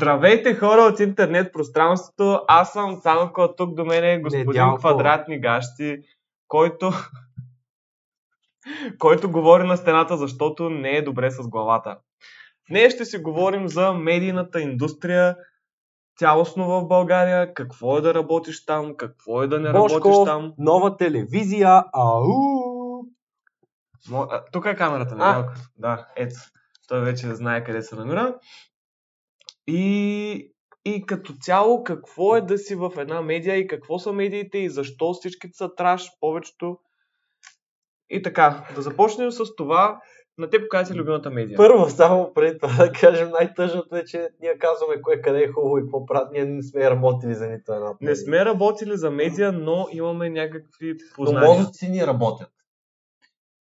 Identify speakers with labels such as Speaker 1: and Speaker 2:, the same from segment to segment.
Speaker 1: Здравейте хора от интернет пространството, аз съм Цанко, а тук до мен е господин
Speaker 2: Недялко.
Speaker 1: Квадратни гащи, който... който говори на стената, защото не е добре с главата. Днес ще си говорим за медийната индустрия, цялостно в България, какво е да работиш там, какво е да не работиш
Speaker 2: Бошков,
Speaker 1: там.
Speaker 2: нова телевизия, ау!
Speaker 1: Мо- а, Тук е камерата,
Speaker 2: А.
Speaker 1: Недялко. Да, ето. Той вече знае къде се намира. И, и като цяло, какво е да си в една медия и какво са медиите и защо всичките са траш, повечето. И така, да започнем с това. На теб коя си любимата медия?
Speaker 2: Първо, само преди това да кажем, най-тъжното е, че ние казваме кое къде е хубаво и какво правят. Ние не сме работили за нито една.
Speaker 1: Не сме работили за медия, но имаме някакви
Speaker 3: Но
Speaker 1: познания.
Speaker 3: мозъци ни работят.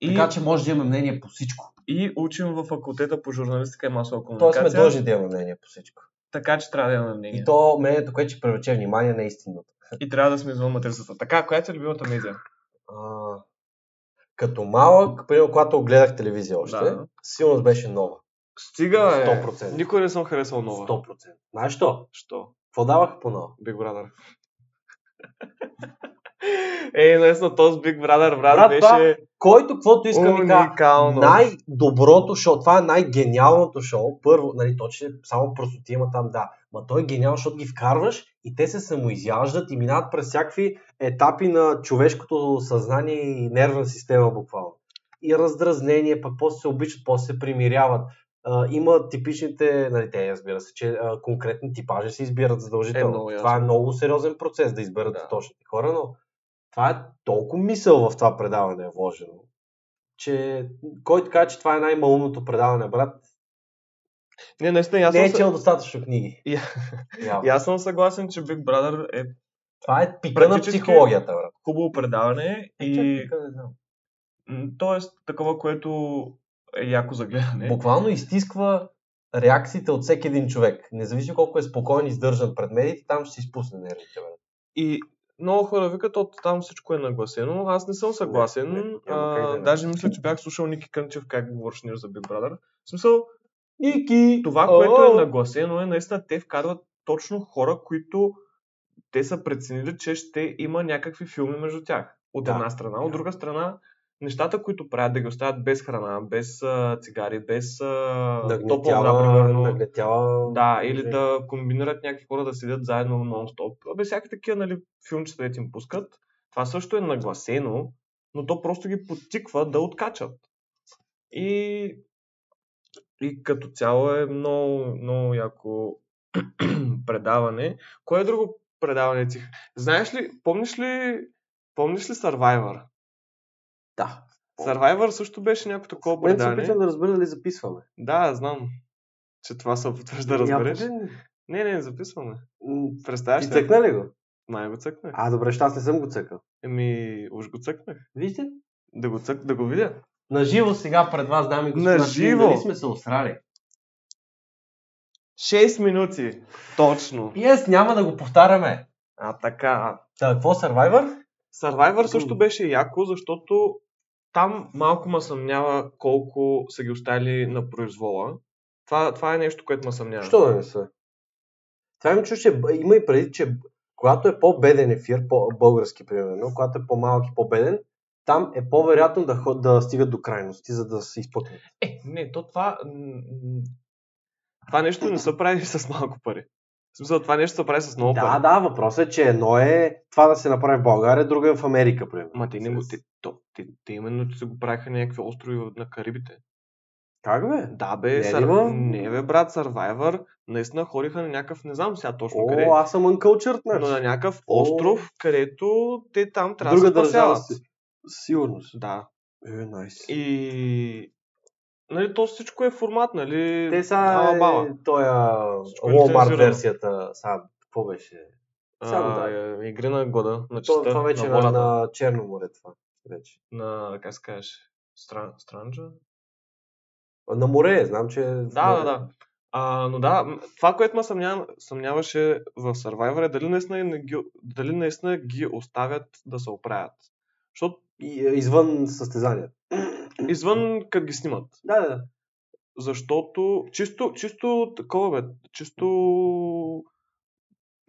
Speaker 1: И,
Speaker 3: Така че може да имаме мнение по всичко.
Speaker 1: и учим в факултета по журналистика и масова
Speaker 2: Тоест сме
Speaker 1: комуникация.
Speaker 2: дължи да имаме мнение по всичко.
Speaker 1: Така че трябва да имаме мнение.
Speaker 2: И то мнението, което ще привлече внимание на истината.
Speaker 1: и трябва да сме извън матрицата. Така, коя ти е любимата медия?
Speaker 2: А, като малък, примерно, когато гледах телевизия още,
Speaker 1: Да.
Speaker 2: да. сигурно беше нова.
Speaker 1: Стига, е.
Speaker 2: 100%.
Speaker 1: Никога не съм харесал нова.
Speaker 2: 100%. Знаеш що?
Speaker 1: Що?
Speaker 2: Какво даваха по нова?
Speaker 1: Big Brother. Ей, наистина, този Big Brother, брат,
Speaker 2: Брат,
Speaker 1: беше
Speaker 2: Който каквото иска ми казва,
Speaker 1: уникално.
Speaker 2: най-доброто шоу, това е най-гениалното шоу. Първо, нали, то, че само простоти има там, да. Ма той е гениално, защото ги вкарваш и те се самоизяждат и минават през всякакви етапи на човешкото съзнание и нервна система буквално. И раздразнение, пък после се обичат, после се примиряват. А, има типичните, нали, те разбира се, че а, конкретни типажи се избират
Speaker 1: Е,
Speaker 2: задължително.
Speaker 1: много ясно.
Speaker 2: това е много сериозен процес да изберат
Speaker 1: Да.
Speaker 2: точните хора, но това е толкова мисъл в това предаване е вложено, че който каже, че това е най-малумното предаване, брат,
Speaker 1: Не, наистина, и аз
Speaker 2: не
Speaker 1: съм,
Speaker 2: е
Speaker 1: съ-
Speaker 2: чел достатъчно книги.
Speaker 1: Я-
Speaker 2: Явно.
Speaker 1: и аз съм съгласен, че Big Brother е
Speaker 2: Това е пика на
Speaker 1: Практически-
Speaker 2: психологията, брат.
Speaker 1: хубаво предаване
Speaker 2: Е,
Speaker 1: и
Speaker 2: Чак, пика не знам.
Speaker 1: м, тоест такова, което е яко за гледане.
Speaker 2: Буквално изтисква реакциите от всеки един човек. Независимо колко е спокоен и издържан пред медиите, там ще си изпусне нервите, брат.
Speaker 1: И много хора викат, от там всичко е нагласено. Аз не съм съгласен.
Speaker 2: Не, не, няма как да
Speaker 1: а,
Speaker 2: не.
Speaker 1: даже мисля, че бях слушал Ники Кънчев как говориш нещо за Big Brother. В смисъл,
Speaker 2: Ики!
Speaker 1: това, което е нагласено е наистина те вкарват точно хора, които те са преценили, че ще има някакви филми между тях. От
Speaker 2: Да.
Speaker 1: една страна. От
Speaker 2: Да.
Speaker 1: друга страна, нещата, които правят да ги оставят без храна, без а, цигари, без а, топла вода,
Speaker 2: Нагнетява,
Speaker 1: примерно.
Speaker 2: нагнетява...
Speaker 1: Да, или да комбинират някакви хора да седят заедно нон-стоп. Абе, всяки такива, нали, филмчета, дето им пускат. Това също е нагласено, но то просто ги подтиква да откачат. И, и като цяло е много, много яко предаване. Кое е друго предаване ти? Знаеш ли, помниш ли, помниш ли Survivor?
Speaker 2: Да. е,
Speaker 1: Survivor също беше някакво такова
Speaker 2: Мен се
Speaker 1: предаване.
Speaker 2: опитвам да разбера дали записваме.
Speaker 1: Да, знам, че това се опитваш да
Speaker 2: Я
Speaker 1: разбереш.
Speaker 2: погледни.
Speaker 1: Не, не, записваме.
Speaker 2: М,
Speaker 1: Представяш
Speaker 2: Ти
Speaker 1: ли?
Speaker 2: цъкна ли го?
Speaker 1: Май го цъкнах.
Speaker 2: А, добре, ще аз не съм го цъкал.
Speaker 1: Еми, уж го цъкнах.
Speaker 2: Вижте,
Speaker 1: Да го цък, да го видя.
Speaker 2: На живо сега пред вас, дами и господа.
Speaker 1: На
Speaker 2: ще
Speaker 1: живо!
Speaker 2: видим Дали сме се осрали?
Speaker 1: 6 минути. Точно.
Speaker 2: Yes, няма да го повтаряме.
Speaker 1: А така.
Speaker 2: Та, какво, Survivor?
Speaker 1: Survivor също беше яко, защото там малко ме съмнява колко са ги оставили на произвола. Това, това е нещо, което ме съмнява.
Speaker 2: Що да не са? Това ми чуше, б- има и преди, че б- когато е по-беден ефир, по-български примерно, когато е по-малък и по-беден, там е по-вероятно да, ход, да стигат до крайности, за да се изпъкнат.
Speaker 1: Е, не, то това... м, м, Това нещо не се прави с малко пари. В смисъл, това нещо се прави с много
Speaker 2: Да,
Speaker 1: пари.
Speaker 2: да, въпросът е, че едно е това да се направи в България, друго е в Америка, примерно.
Speaker 1: Ма те не го...
Speaker 2: С-
Speaker 1: Те, то, те, те именно се го правиха на някакви острови на Карибите.
Speaker 2: Как бе?
Speaker 1: Да
Speaker 2: Не
Speaker 1: бе,
Speaker 2: е
Speaker 1: не,
Speaker 2: ли
Speaker 1: сър...
Speaker 2: имал?
Speaker 1: не бе брат, Survivor, наистина ходиха на някакъв, не знам сега точно къде,
Speaker 2: О, аз съм uncultured,
Speaker 1: но на
Speaker 2: значи.
Speaker 1: някакъв
Speaker 2: О.
Speaker 1: остров, където те там трябва
Speaker 2: Друга
Speaker 1: да се
Speaker 2: държава.
Speaker 1: спасяват.
Speaker 2: си. Сигурност.
Speaker 1: Да.
Speaker 2: Е, найс.
Speaker 1: И... Нали, то всичко е формат, нали?
Speaker 2: Те са
Speaker 1: Ала бала.
Speaker 2: е, тоя
Speaker 1: Всичко е
Speaker 2: Walmart
Speaker 1: лицензирано.
Speaker 2: версията, сега, какво беше? сега го
Speaker 1: А, е, Игри на года, на
Speaker 2: То,
Speaker 1: честа,
Speaker 2: това вече
Speaker 1: на
Speaker 2: е на, на,
Speaker 1: волята,
Speaker 2: на Черно море, това вече.
Speaker 1: на, как се кажеш, Стран... Странджа?
Speaker 2: На море, е, знам, че... е
Speaker 1: Да,
Speaker 2: в
Speaker 1: да,
Speaker 2: море.
Speaker 1: да. А, но да, м- това, което ме съмня... съмняваше в Survivor е дали наистина, не ги... дали наистина ги оставят да се оправят. Защото
Speaker 2: И, е, извън състезанието.
Speaker 1: извън като ги снимат.
Speaker 2: Да, да, да.
Speaker 1: защото чисто, чисто такова бе, чисто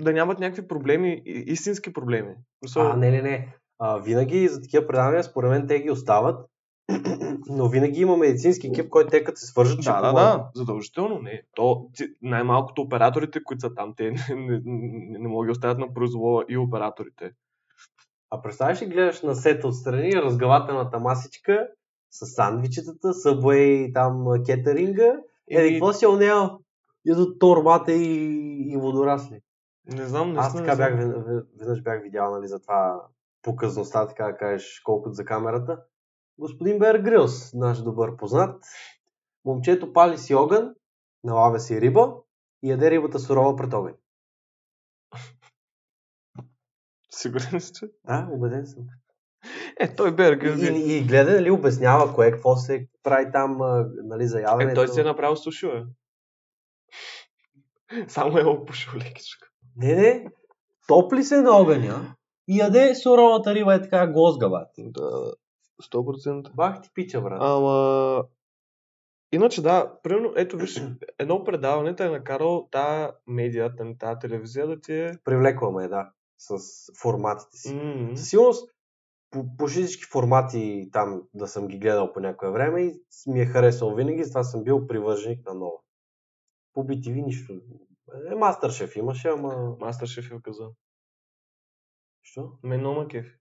Speaker 1: да нямат някакви проблеми, и- истински проблеми. Мисъл,
Speaker 2: А, не, не, не. А, винаги за такива предавания, според мен, те ги остават. Но винаги има медицински екип, който те като се свържат, ще
Speaker 1: Да, да,
Speaker 2: помогнат.
Speaker 1: да, задължително не. То, ти- най-малкото операторите, които са там, те не, не, не, не могат да ги оставят на произвола и операторите.
Speaker 2: А представяш ли, гледаш на сета отстрани, разгавателната масичка, с сандвичетата, събвей, там а, кетеринга. Е,
Speaker 1: Еми,
Speaker 2: какво си онел? Ядат тормата и, и водорасли.
Speaker 1: не знам, не
Speaker 2: Аз така бях, вед- вед- веднъж бях видял, нали, за това показността, така да кажеш, колкото за камерата. Господин Бер Грилс, наш добър познат, момчето пали си огън, налавя си риба и яде рибата сурова пред огън.
Speaker 1: Сигурен си, че...
Speaker 2: Да, убеден съм.
Speaker 1: Е, той Берг.
Speaker 2: И, и, и гледа, нали, обяснява кое, какво се прави там, а, нали, за яденето.
Speaker 1: Е, той се е направил суши, бе. Само е опушил лекичко.
Speaker 2: Не, не, топли се на огъня и яде суровата риба е така гозгава.
Speaker 1: Да, 100%.
Speaker 2: Бах ти пича, брат.
Speaker 1: Ама... Иначе да, примерно, ето виж, едно предаване те е накарал тази медия, там, тази телевизия да ти е...
Speaker 2: Привлекваме, да, с форматите си.
Speaker 1: М.
Speaker 2: Със сигурност, по, почти всички формати там да съм ги гледал по някое време и с- ми е харесал винаги, затова съм бил привърженик на нова. По BTV нищо. Е, Мастершеф имаше, ама...
Speaker 1: Мастер шеф е каза.
Speaker 2: Що?
Speaker 1: Мен много ме кефи.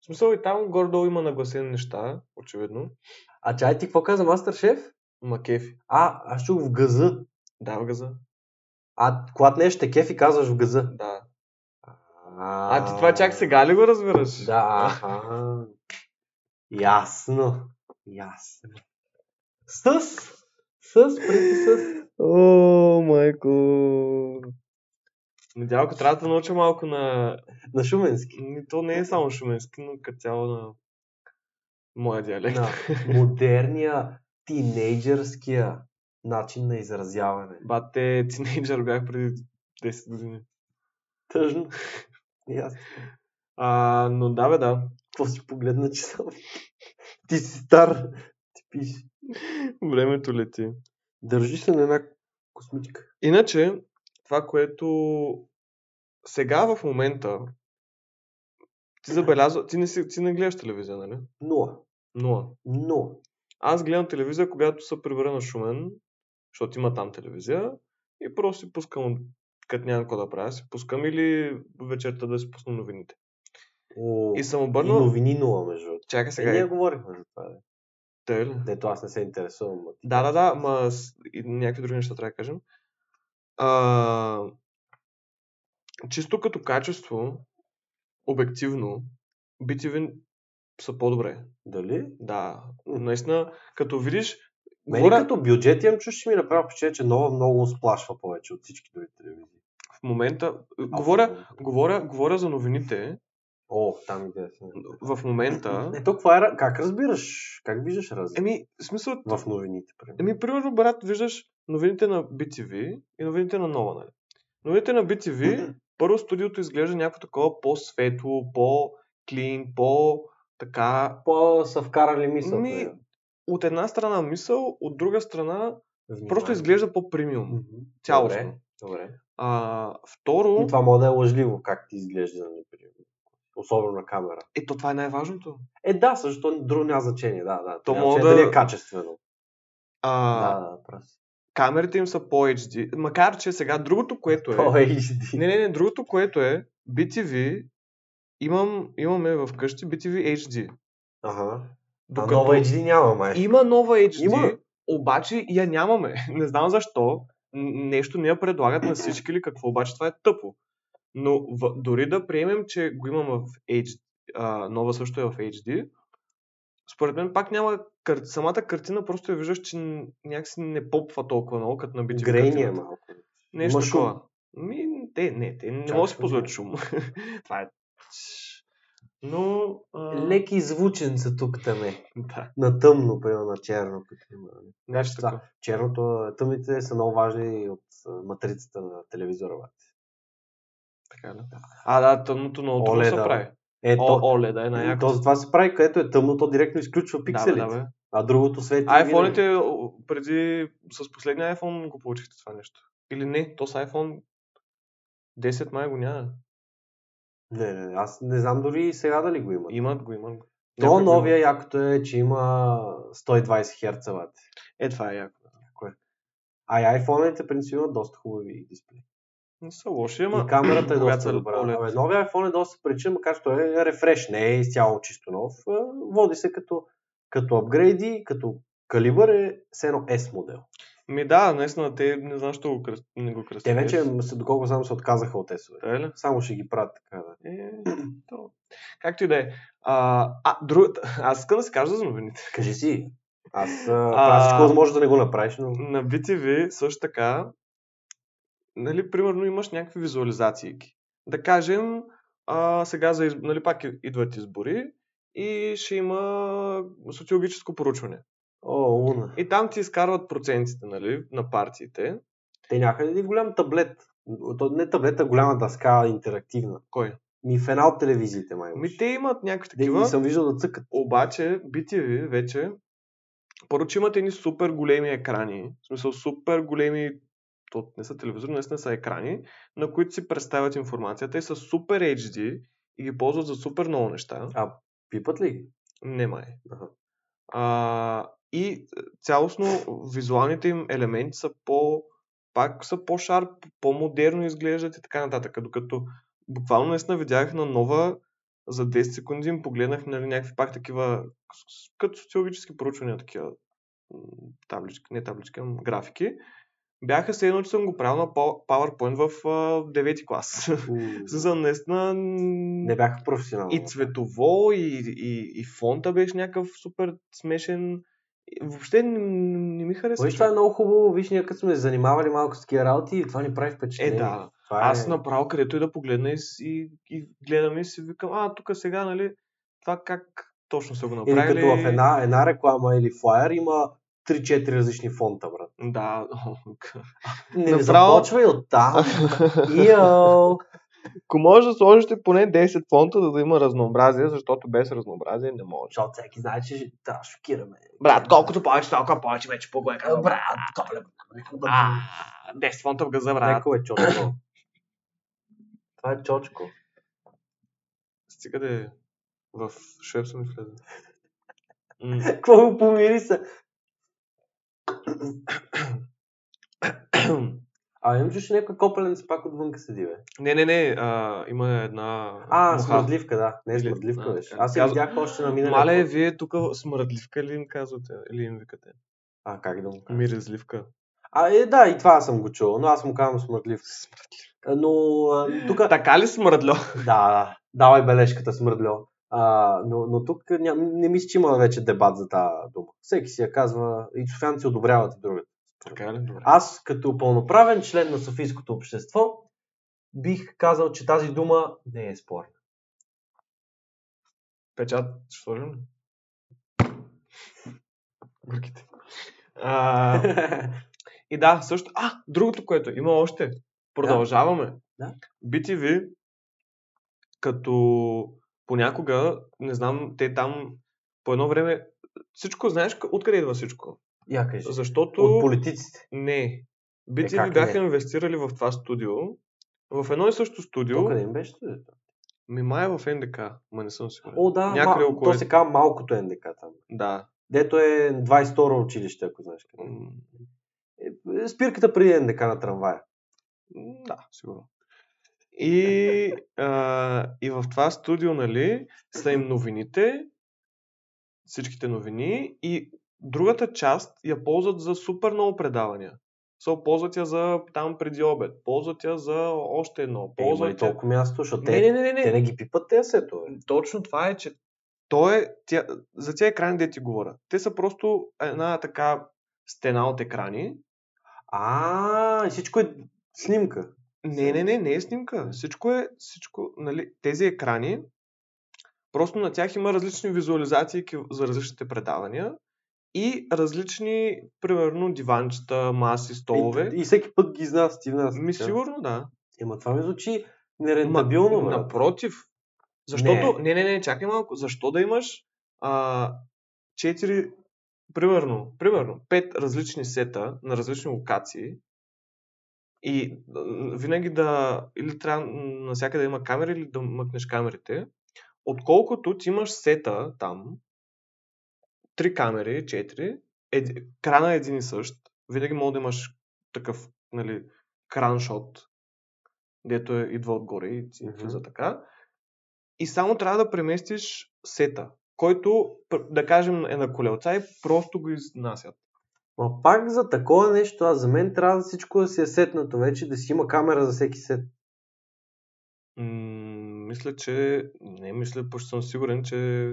Speaker 1: В смисъл и там горе-долу има нагласени неща, очевидно.
Speaker 2: А чай ти какво каза Мастершеф?
Speaker 1: Ма кефи.
Speaker 2: А, аз чух в газа.
Speaker 1: Да, в газа.
Speaker 2: А когато нещо те кефи, казваш в газа.
Speaker 1: Да. А, ти това чак сега ли го разбираш?
Speaker 2: Да. аха. Ясно. Ясно. С. С. Притисъс.
Speaker 1: О, майко. Надялко, трябва да науча малко на...
Speaker 2: На шуменски.
Speaker 1: Ми, То не е само шуменски, но като цяло на моя диалект.
Speaker 2: На модерния, тинейджърския начин на изразяване.
Speaker 1: Бате, тинейджър бях преди 10 години.
Speaker 2: Тъжно. И аз
Speaker 1: А, но да, бе, да.
Speaker 2: какво си погледна, че съм. Ти си стар. Ти пиш.
Speaker 1: Времето лети.
Speaker 2: Държи се на една космичка.
Speaker 1: Иначе, това, което сега в момента ти забелязва, ти не, си, ти не гледаш телевизия, нали?
Speaker 2: Нула.
Speaker 1: Нула.
Speaker 2: Нула.
Speaker 1: Аз гледам телевизия, когато се прибера на Шумен, защото има там телевизия, и просто си пускам, като няма какво да правя, си пускам или вечерта да си пусна новините.
Speaker 2: О,
Speaker 1: И
Speaker 2: и,
Speaker 1: съм обърнал...
Speaker 2: новини нула, между другото.
Speaker 1: Чакай
Speaker 2: Е,
Speaker 1: сега.
Speaker 2: ние
Speaker 1: Е,
Speaker 2: говорихме за това. бе.
Speaker 1: тъй ли?
Speaker 2: Дето аз не се интересувам. а ти-
Speaker 1: Да, да, да, ма с- и някакви други неща трябва да кажем. А, чисто като качество, обективно, BTV са по-добре.
Speaker 2: Дали?
Speaker 1: Да, наистина, като видиш...
Speaker 2: Мен
Speaker 1: говоря-
Speaker 2: като бюджет имам чуш, ще ми направи впечатление, че нова много сплашва повече от всички други телевизии.
Speaker 1: В момента... Говоря,
Speaker 2: Абсолютно.
Speaker 1: говоря, говоря за новините.
Speaker 2: О, там иде.
Speaker 1: В момента...
Speaker 2: Ето, каква е, ра- как разбираш? Как виждаш разлика
Speaker 1: Еми, в смисъл...
Speaker 2: в новините? Примерно?
Speaker 1: Еми, Ами, примерно, брат, виждаш новините на BTV и новините на Нова, нали? Новините на BTV, първо студиото изглежда някакво такова по-светло, по-клин, по-така...
Speaker 2: По са вкарали мисъл.
Speaker 1: Ми, От една страна мисъл, от друга страна просто изглежда по-премиум.
Speaker 2: Добре.
Speaker 1: Цялостно.
Speaker 2: Добре.
Speaker 1: А,
Speaker 2: Но
Speaker 1: второ...
Speaker 2: това може да е лъжливо, как ти изглежда, например. Особено на камера.
Speaker 1: Ето, това е най-важното.
Speaker 2: Е, да, също друго няма значение. Да, да.
Speaker 1: То
Speaker 2: няма
Speaker 1: мога
Speaker 2: значение
Speaker 1: да-
Speaker 2: Дали е качествено.
Speaker 1: А,
Speaker 2: Да, да, прав си.
Speaker 1: Камерите им са по-HD. Макар, че сега другото, което е...
Speaker 2: Той е HD.
Speaker 1: Не, не, не, другото, което е BTV, имам, имаме вкъщи BTV HD.
Speaker 2: Ага. А
Speaker 1: Докато
Speaker 2: нова HD няма, май.
Speaker 1: Има нова HD,
Speaker 2: Е, Има.
Speaker 1: обаче я нямаме. Не знам защо. Н- Нещо не я предлагат на всички или какво, обаче това е тъпо. Но в, дори да приемем, че го имаме в HD, а, нова също е в HD, според мен пак няма кар... самата картина, просто я виждаш, че н- някакси не попва толкова много, като на BTV
Speaker 2: Грейни е
Speaker 1: картината.
Speaker 2: малко.
Speaker 1: Нещо
Speaker 2: Има шум.
Speaker 1: такова. Ми, те, не, те не
Speaker 2: Чакай,
Speaker 1: могат да си позволят
Speaker 2: да.
Speaker 1: шум. Това е. Но. А...
Speaker 2: Леки звученца тук там е.
Speaker 1: Да.
Speaker 2: На тъмно, примерно на черно. като има.
Speaker 1: Нещо
Speaker 2: Това.
Speaker 1: така.
Speaker 2: Черното, тъмните са много важни от а, матрицата на телевизора. бе.
Speaker 1: така да. А, да, тъмното много трудно се
Speaker 2: OLED-а.
Speaker 1: прави.
Speaker 2: Е,
Speaker 1: О,
Speaker 2: то,
Speaker 1: Оле, да е най-яко.
Speaker 2: то затова се прави, където е тъмно, то директно изключва
Speaker 1: Да, бе,
Speaker 2: пикселите.
Speaker 1: да, бе.
Speaker 2: А другото свети. е
Speaker 1: iPhone-ите о, преди, с последния iPhone го получихте това нещо. Или не, то с iPhone 10 май го няма.
Speaker 2: Не, не, не, аз не знам дори и сега дали го има.
Speaker 1: Имат го, имат го.
Speaker 2: То
Speaker 1: Някой го има.
Speaker 2: новия якото е, че има 120 Hz. бате.
Speaker 1: Е, това е яко.
Speaker 2: А и iPhone-ите принципно имат доста хубави дисплеи.
Speaker 1: Не са лоши,
Speaker 2: И
Speaker 1: ама...
Speaker 2: камерата е
Speaker 1: когато
Speaker 2: доста
Speaker 1: е
Speaker 2: добра.
Speaker 1: OLED.
Speaker 2: Абе, новия iPhone е доста приличен, макар че той е рефреш, не е изцяло чисто нов. А, Води се като, като апгрейди, като калибър е все едно S модел.
Speaker 1: Ми да, наистина, те не знам, що го кръст... не го кръстят.
Speaker 2: Те вече, м, се- доколко знам, се отказаха от S-ове.
Speaker 1: Та е ли?
Speaker 2: Само ще ги правят така. Да.
Speaker 1: Е, то. Както и да е. А, а, другата... Аз искам да се кажа за новините.
Speaker 2: Кажи си. Аз а,
Speaker 1: А-
Speaker 2: правя всичко възможно да не го направиш, но...
Speaker 1: на BTV също така, нали, примерно имаш някакви визуализации. Да кажем, а, сега за, из- нали, пак и- идват избори и ще има социологическо проучване.
Speaker 2: О, луна.
Speaker 1: И там ти изкарват процентите нали, на партиите.
Speaker 2: Те нямаха един голям таблет. То не таблет, а голяма дъска интерактивна.
Speaker 1: Кой?
Speaker 2: Ми в една от телевизиите, май.
Speaker 1: Ми те имат някакви
Speaker 2: такива...
Speaker 1: такива,
Speaker 2: съм виждал да цъкат.
Speaker 1: обаче BTV вече първо, че имат едни супер големи екрани, в смисъл супер големи, то не са телевизори, наистина са екрани, на които си представят информацията и са супер HD и ги ползват за супер много неща.
Speaker 2: Пипат ли ги?
Speaker 1: Не май.
Speaker 2: Аха.
Speaker 1: А, и е, цялостно визуалните им елементи са по... пак са по-шарп, по-модерно изглеждат и така нататък. Докато буквално наистина видях на нова за 10 секунди им погледнах нали, някакви пак такива, с- с- като социологически проучвания, такива м, таблички, не таблички, ам графики. Бяха се едно, че съм го правил на Pow- PowerPoint в а, 9 клас. За наистина...
Speaker 2: не бяха професионални.
Speaker 1: И цветово, и, и, и фонта беше някакъв супер смешен. И Въобще не, не ми хареса.
Speaker 2: Виж, това е
Speaker 1: човек.
Speaker 2: много хубаво. Виж, ние като сме се занимавали малко с такива работи, това ни прави
Speaker 1: Е,
Speaker 2: впечатление.
Speaker 1: да.
Speaker 2: Това е...
Speaker 1: Аз направо където и да погледна и, с- и, и гледам и си викам, а, тук сега, нали, това как точно са го
Speaker 2: Или
Speaker 1: направили.
Speaker 2: като в една, една реклама или флаер има 3-4 различни фонта, брат.
Speaker 1: Да.
Speaker 2: Не, не
Speaker 1: Направо-
Speaker 2: започвай от там. Йоу!
Speaker 1: Ако може да сложите поне 10 фонта, за да има разнообразие, защото без разнообразие не може.
Speaker 2: Защото всеки знае, че ще да, шокираме.
Speaker 1: Брат, колкото повече, толкова повече вече по
Speaker 2: Брат, коле, брат.
Speaker 1: 10 фонта в газа, брат.
Speaker 2: Неко е чочко. Това е чочко.
Speaker 1: Стига да е в швеб съм влезе. М.
Speaker 2: Какво го помири се? А имам чуш някой копеленец пак отвънка седи, бе.
Speaker 1: не, не, не, а, има една
Speaker 2: А,
Speaker 1: муха.
Speaker 2: смърдливка, да. Не е
Speaker 1: Или-
Speaker 2: смърдливка,
Speaker 1: а,
Speaker 2: беше.
Speaker 1: така.
Speaker 2: Аз я
Speaker 1: Казва-
Speaker 2: видях още на миналия.
Speaker 1: Мале,
Speaker 2: път.
Speaker 1: вие тук смърдливка ли им казвате? Или им викате?
Speaker 2: А, как да му кажа?
Speaker 1: Миризливка.
Speaker 2: А, е, да, и това съм го чул, но аз му казвам смърдлив. Но а, тук...
Speaker 1: Така ли смърдло?
Speaker 2: Да, да, давай бележката смърдльо. А, но, но тук ня, не мисля, че има вече дебат за тази дума. Всеки си я казва и софианци одобряват и другата.
Speaker 1: Така ли? Добре.
Speaker 2: Аз като пълноправен член на Софийското общество бих казал, че тази дума не е спорна.
Speaker 1: Печат, ще сложим ли? Горките. А, и да, също. А, другото, което има още. Продължаваме.
Speaker 2: Да.
Speaker 1: BTV, като понякога, не знам, те там по едно време. Всичко, знаеш къ- откъде идва всичко?
Speaker 2: Я кажи.
Speaker 1: Защото.
Speaker 2: От политиците.
Speaker 1: Не.
Speaker 2: Е,
Speaker 1: BTV
Speaker 2: как
Speaker 1: бяха
Speaker 2: не?
Speaker 1: инвестирали в това студио. В едно и също студио.
Speaker 2: Тук не им беше студиото.
Speaker 1: Ми май е в НДК, ма не съм сигурен.
Speaker 2: О, да,
Speaker 1: Някъде
Speaker 2: ма,
Speaker 1: около-
Speaker 2: то се казва малкото НДК там.
Speaker 1: Да.
Speaker 2: Дето е 22-ро училище, ако знаеш къде.
Speaker 1: М,
Speaker 2: Е, е, Спирката при НДК на трамвая.
Speaker 1: Да, сигурно. И, а, и в това студио, нали, са им новините, всичките новини и другата част я ползват за супер много предавания. Со, ползват я за там преди обед, ползват я за още едно,
Speaker 2: Е, има ли
Speaker 1: ползват я...
Speaker 2: толкова място, защото те,
Speaker 1: Не, не, не, не, не.
Speaker 2: те не ги пипат тези сетове.
Speaker 1: Точно това е, че той е, тя, за тия екрани, де ти говоря. Те са просто една така стена от екрани.
Speaker 2: А, и всичко е снимка.
Speaker 1: Не, не, не, не е снимка. Всичко е, всичко, нали, тези екрани, просто на тях има различни визуализации ки- за различните предавания и различни, примерно, диванчета, маси, столове.
Speaker 2: И, и всеки път ги изнасят и внасят.
Speaker 1: Ми
Speaker 2: така.
Speaker 1: сигурно, да.
Speaker 2: Ема това ми звучи
Speaker 1: Ма,
Speaker 2: нерентабилно, брат.
Speaker 1: Напротив. Защото, не. не, не, чакай малко. Защо да имаш а, 4 примерно, примерно, пет различни сета на различни локации и м, винаги да, или трябва навсякъде да има камери, или да мъкнеш камерите, отколкото ти имаш сета там, три камери, четири, еди, крана е един и същ, винаги мога да имаш такъв, нали, краншот, дето е, идва отгоре и ти
Speaker 2: Мгм.
Speaker 1: влиза така. И само трябва да преместиш сета, който, пр- да кажем, е на колелца и просто го изнасят.
Speaker 2: Ма пак за такова нещо, а за мен трябва всичко да си е сетнато вече, да си има камера за всеки сет.
Speaker 1: М, мисля, че... Не, мисля, почти съм сигурен, че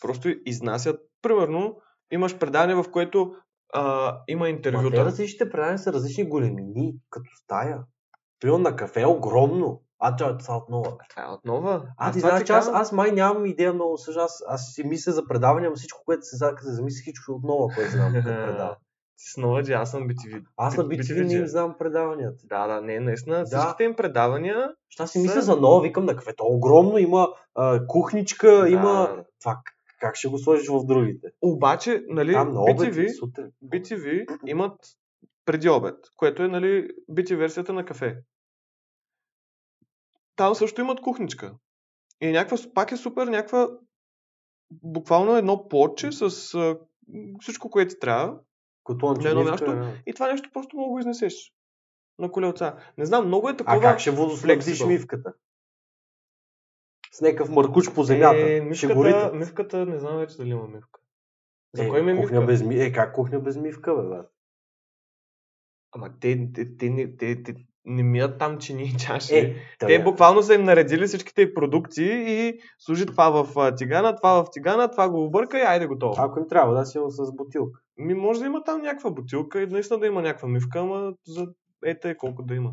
Speaker 1: просто изнасят... Примерно, имаш предаване, в което а, има
Speaker 2: Ма те
Speaker 1: интервюта.
Speaker 2: различните предания са различни големини, като стая. Прием на кафе е огромно. А това е това отново.
Speaker 1: А, отново?
Speaker 2: А, ти
Speaker 1: това
Speaker 2: знаеш,
Speaker 1: ти
Speaker 2: че аз,
Speaker 1: казвам.
Speaker 2: аз май нямам идея много, също аз, аз си мисля за предаване, ама всичко, което се за- като се замисля, всичко е отново, което знам
Speaker 1: Е,
Speaker 2: като предава.
Speaker 1: Ти сновъджи, аз съм BTV.
Speaker 2: Аз на
Speaker 1: Ти- ти
Speaker 2: BTV не
Speaker 1: видя.
Speaker 2: им знам предаванията.
Speaker 1: Да, да, не, наистина.
Speaker 2: Да.
Speaker 1: Всичките им предавания...
Speaker 2: Ща си
Speaker 1: Са-
Speaker 2: мисля за ново, викам на кафето. е Огромно, има а, кухничка,
Speaker 1: да.
Speaker 2: има... Това, к- как ще го сложиш в другите?
Speaker 1: Обаче, нали,
Speaker 2: Там на обед,
Speaker 1: BTV,
Speaker 2: сутрин.
Speaker 1: BTV имат преди обед, което е, нали, BTV версията на кафе. Там също имат кухничка. И някаква, с- пак е супер, някаква буквално едно плоче с а, всичко, което ти трябва.
Speaker 2: Котлонче,
Speaker 1: На едно
Speaker 2: мивка,
Speaker 1: място.
Speaker 2: да.
Speaker 1: И това нещо просто мога да го изнесеш на колелца. Не знам, много е
Speaker 2: А
Speaker 1: такова.
Speaker 2: как ще водоснабдиш
Speaker 1: Flexible.
Speaker 2: мивката? С някакъв мъркуч по земята.
Speaker 1: Е,
Speaker 2: ще
Speaker 1: мивката,
Speaker 2: горите.
Speaker 1: мивката, не знам вече дали има мивка. За
Speaker 2: Е,
Speaker 1: кой ми е
Speaker 2: кухня
Speaker 1: мивка?
Speaker 2: без ми... Е, как кухня без мивка, бе, брат?
Speaker 1: Ама те, те, те, не- те, те не мият там чини и чаши.
Speaker 2: Е,
Speaker 1: Те
Speaker 2: тъй-
Speaker 1: буквално са им наредили всичките и продукти и служи това в а, тигана, това в тигана, това го обърка и айде готово.
Speaker 2: Ако им трябва, да си имам с бутилка.
Speaker 1: Ми може да има там някаква бутилка и наистина да има някаква мивка, ама за ете е колко да има. Е,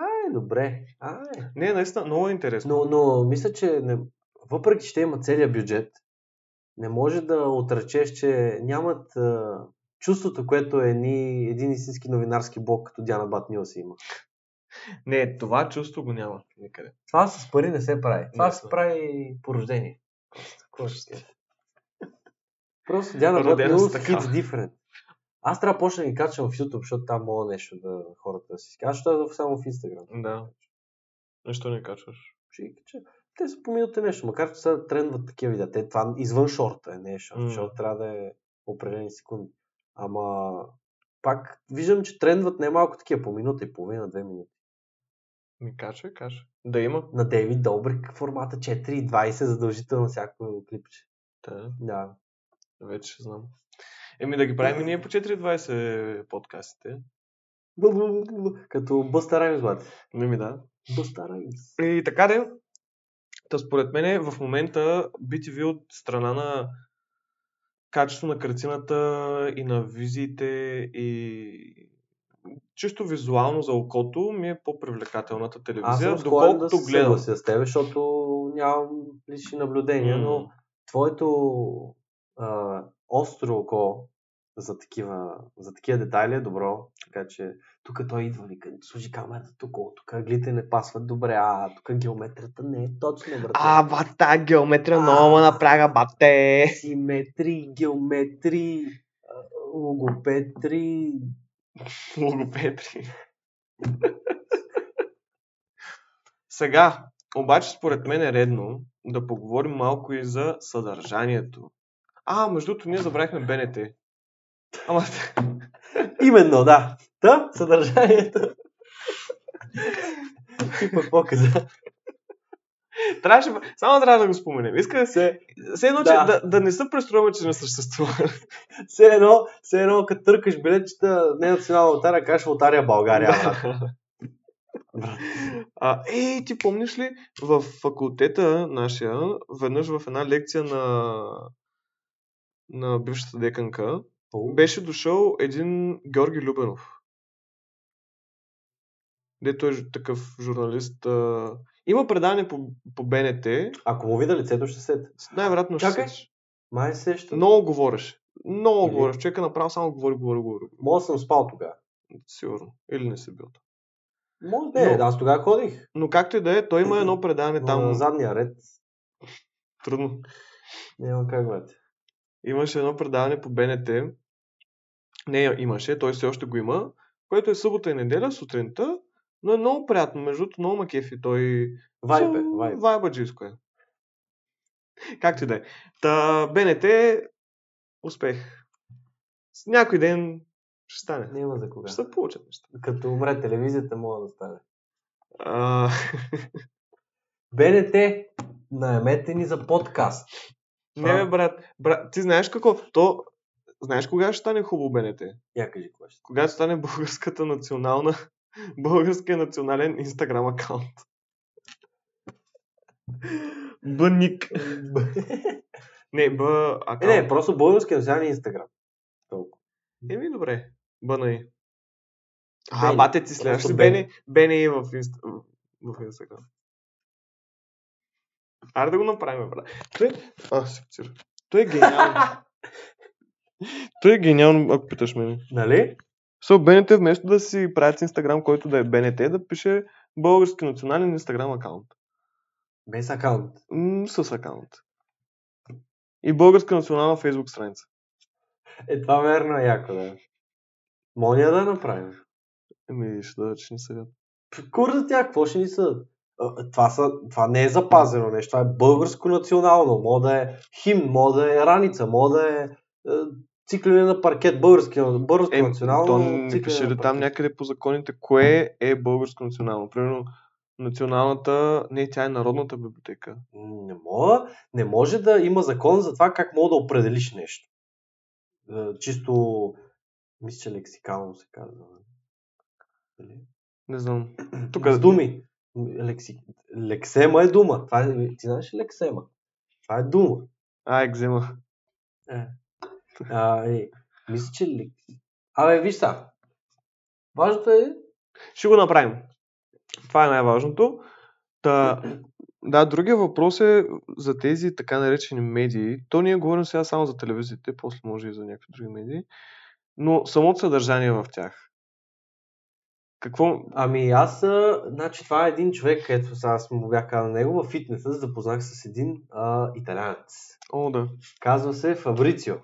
Speaker 2: Ай, добре. Ай.
Speaker 1: Не, наистина, много е интересно.
Speaker 2: Но, но мисля, че не... въпреки, че те имат целият бюджет, не може да отречеш, че нямат а... чувството, което едни, един истински новинарски бог, като Диана Батнилс има.
Speaker 1: Не, това чувство го няма никъде.
Speaker 2: Това с пари не се прави. Това
Speaker 1: Не,
Speaker 2: се
Speaker 1: това-
Speaker 2: прави по рождение. Просто, какво ще ти е? Просто Диана
Speaker 1: Родена
Speaker 2: Батнилс
Speaker 1: си е такава.
Speaker 2: hits different. Аз трябва да почна да ги качвам в YouTube, защото там мога нещо да хората да си кажат. Аз ще дойда само в Instagram.
Speaker 1: Да. Нещо не качваш.
Speaker 2: Ще ги кача. Те са по минута нещо, макар че сега трендват такива видеа. Те това извън шорта е нещо,
Speaker 1: М.
Speaker 2: защото трябва да е определени секунди. Ама пак виждам, че трендват не малко такива по минута и половина, две минути.
Speaker 1: Ми качвай, качвай. Да има.
Speaker 2: На Дейвид Добрик формата 4.20 задължително всяко клипче.
Speaker 1: Да,
Speaker 2: Да.
Speaker 1: вече знам. Еми да ги правим и ние по 4.20 подкастите.
Speaker 2: Като Busta Rhymes, брат.
Speaker 1: Не ми да.
Speaker 2: Busta Rhymes.
Speaker 1: И така де, та според мен в момента BTV от страна на качество на картината и на визиите и чисто визуално за окото ми е по-привлекателната
Speaker 2: Аз
Speaker 1: телевизия,
Speaker 2: съм склонен да
Speaker 1: доколкото
Speaker 2: се
Speaker 1: гледам.
Speaker 2: съглася с тебе, защото нямам лични наблюдения,
Speaker 1: М.
Speaker 2: но твоето а, остро око за такива, за такива детайли е добро. Така че тук той идва, вика, служи камерата тук, о, тук глите не пасват добре, а тук геометрията не е точно, брат.
Speaker 1: А, бата, геометрия много ме напряга, бате!
Speaker 2: Симетри, геометри, а, логопетри,
Speaker 1: Логопетри. Сега, обаче според мен е редно да поговорим малко и за съдържанието. А, между другото, ние забравихме БНТ. Ама,
Speaker 2: Именно, да. Та, съдържанието. Ти пък какво каза?
Speaker 1: трябваше, само трябва да го споменем. Иска
Speaker 2: Все,
Speaker 1: се едно,
Speaker 2: Да.
Speaker 1: да. че да, да не се преструваме, че не съществува.
Speaker 2: все едно, все едно, като търкаш билетчета, не е национална лотария, кажеш лотария България, брат. Брат.
Speaker 1: А, ей, ти помниш ли, в факултета нашия, веднъж в една лекция на, на бившата деканка, беше дошъл един Георги Любенов. Де той е такъв журналист. А... Има предаване по, по БНТ.
Speaker 2: Ако му видя лицето, ще сета.
Speaker 1: с- Най-вероятно ще
Speaker 2: Чакай.
Speaker 1: сетиш.
Speaker 2: Май се сеща. Но...
Speaker 1: Много говореше. Много
Speaker 2: Или-
Speaker 1: говореше. Човека направо само говори, говори, говори.
Speaker 2: Може да съм спал тогава.
Speaker 1: Сигурно. Или не си бил. там.
Speaker 2: Може да е.
Speaker 1: Но-
Speaker 2: Аз тогава ходих.
Speaker 1: Но както и да е, той има едно предаване
Speaker 2: Но там... на
Speaker 1: там.
Speaker 2: задния ред.
Speaker 1: Трудно.
Speaker 2: Няма как, брат.
Speaker 1: имаше едно предаване по БНТ. Не, имаше, той все още го има, което е събота и неделя сутринта, но е много приятно. Между другото, много макефи той.
Speaker 2: Вайбе,
Speaker 1: Са-
Speaker 2: вайбе.
Speaker 1: Вайбаджийско е. Както и да е. Та, БНТ, успех. С някой ден ще стане.
Speaker 2: Няма за кога.
Speaker 1: Ще се получат неща.
Speaker 2: Като умре телевизията, мога да стане.
Speaker 1: А,
Speaker 2: БНТ, наемете ни за подкаст.
Speaker 1: не, бе, брат, брат. Ти знаеш какво? То, знаеш кога ще стане хубаво БНТ?
Speaker 2: Я кажи кога ще.
Speaker 1: Когато стане българската национална, българския национален инстаграм акаунт. Бъник. Не, Б
Speaker 2: Е,
Speaker 1: акаунт.
Speaker 2: не, просто български национален инстаграм. Толкова.
Speaker 1: Еми, добре. БНИ. А,
Speaker 2: Бени.
Speaker 1: бате, ти следваш
Speaker 2: Просто
Speaker 1: ли Бени? Бени е в, инст... в Инстаграм. Аре да го направим, брат. Той... А, се потира. Той е гениално. Той е гениално, ако питаш мене.
Speaker 2: Нали?
Speaker 1: Со БНТ вместо да си правят Инстаграм, който да е БНТ, да пише български национален Инстаграм акаунт.
Speaker 2: Без акаунт.
Speaker 1: М, с акаунт. И българска национална Фейсбук страница.
Speaker 2: Е, това верно е яко, да. Моня да я направим.
Speaker 1: Еми, ще дадат, че ни съдят.
Speaker 2: Кур за тях, какво ще ни съдат? А, Това, са, това не е запазено нещо, това е българско национално, мога да е хим, мога да е раница, мога да е, е циклене на паркет, български, българско
Speaker 1: Е,
Speaker 2: национално.
Speaker 1: то не
Speaker 2: циклене
Speaker 1: пише
Speaker 2: на
Speaker 1: ли там
Speaker 2: паркет.
Speaker 1: някъде по законите, кое е българско национално? Примерно, националната, не, тя е народната библиотека.
Speaker 2: Не мога, не може да има закон за това как мога да определиш нещо. Е, Чисто, мисля, че лексикално се казва. нали?
Speaker 1: Не знам. Тук е
Speaker 2: Тук с думи. Лекси... Лексема е дума. Това е... Ти знаеш ли лексема? Това е дума.
Speaker 1: А, екзема.
Speaker 2: А, е, мисля, че лекси... Абе, виж са. Важното е...
Speaker 1: Ще го направим. Това е най-важното. Та, да, другия въпрос е за тези така наречени медии. То ние говорим сега само за телевизиите, после може и за някакви други медии. Но самото съдържание в тях. Какво,
Speaker 2: Ами аз, а, значи това е един човек, ето сега аз му бях казал на него, във фитнеса се запознах с един а, италянец.
Speaker 1: О, да.
Speaker 2: Казва се Фабрицио.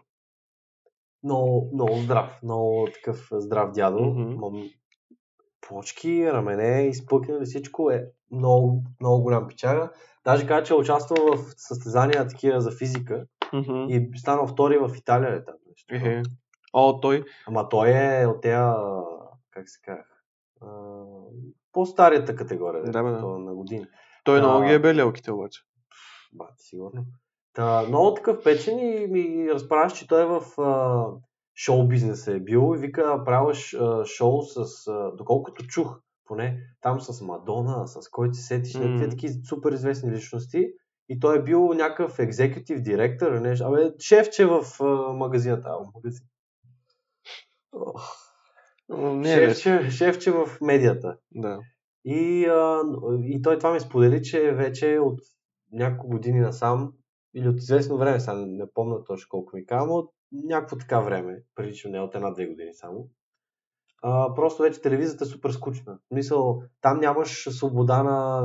Speaker 2: Много, много здрав, много такъв здрав дядо.
Speaker 1: Мгм.
Speaker 2: Мам... Плочки, рамене, изпъкнали всичко е много, много голям печага. Даже каза, че е участвал в състезания такива за физика
Speaker 1: Мгм.
Speaker 2: и станал втори в Италия. Ли, там, нещо.
Speaker 1: Ехе. О, той
Speaker 2: Ама той е от тя, как се казва, а, по-старията категория,
Speaker 1: Да, бе, да.
Speaker 2: то е на години.
Speaker 1: Той
Speaker 2: А.
Speaker 1: много ги е белелките обаче.
Speaker 2: Бати, сигурно. Та, много такъв печен и ми разправяш, че той е в а, шоу бизнеса е бил и вика, правиш а, шоу с, а, доколкото чух, поне там с Мадона, с който се сетиш, mm.
Speaker 1: Мгм.
Speaker 2: такива таки супер известни личности. И той е бил някакъв екзекутив директор, или нещо. Абе, шефче в а, магазина, там, магазин. Ох,
Speaker 1: Не е лесно.
Speaker 2: шефче, шефче в медията.
Speaker 1: Да.
Speaker 2: И, а, и той това ми сподели, че вече от няколко години насам, или от известно време, сега не, не помня точно колко ми казвам, от някакво така време, прилично не от една-две години само. А, просто вече телевизията е супер скучна. В Мисъл, там нямаш свобода на,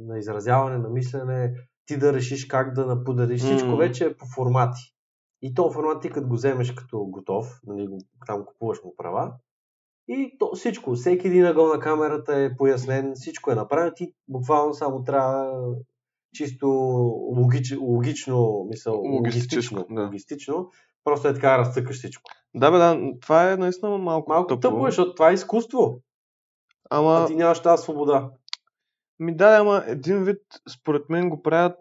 Speaker 2: на изразяване, на мислене, ти да решиш как да наподариш. Всичко
Speaker 1: Мм.
Speaker 2: вече е по формати. И то формат ти като го вземеш като готов, нали, го- там купуваш му права, и то, всичко, всеки един ъгъл на камерата е пояснен, всичко е направено, ти буквално само трябва чисто логич, логично, мисъл,
Speaker 1: Логистическо,
Speaker 2: логистично,
Speaker 1: да.
Speaker 2: логистично, просто е така разцъкаш всичко.
Speaker 1: Да, бе, да, това е наистина малко,
Speaker 2: Малко тъпо, е, защото това е изкуство, а
Speaker 1: Ама,
Speaker 2: ти нямаш тази свобода.
Speaker 1: ми да, ама един вид, според мен го правят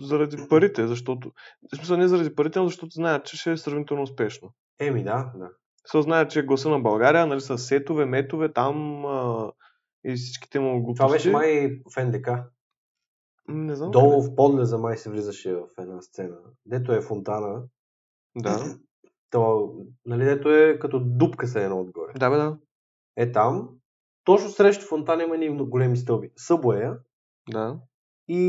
Speaker 1: заради парите, защото... В смисъл не заради парите, но защото знаят, че ще е сравнително успешно.
Speaker 2: Еми да, да.
Speaker 1: Се знаят, че е гласа на България, нали, с сетове, метове, там а, и всичките му глупости.
Speaker 2: Това беше май в НДК.
Speaker 1: М, Не знам.
Speaker 2: Долу
Speaker 1: къде.
Speaker 2: в подлеза май се влизаше в една сцена, дето е фонтана,
Speaker 1: Да.
Speaker 2: то, нали, дето е като дупка се едно отгоре.
Speaker 1: Да, бе, да.
Speaker 2: Е там, точно срещу фонтана има ни големи стълби. Събоя,
Speaker 1: Да. и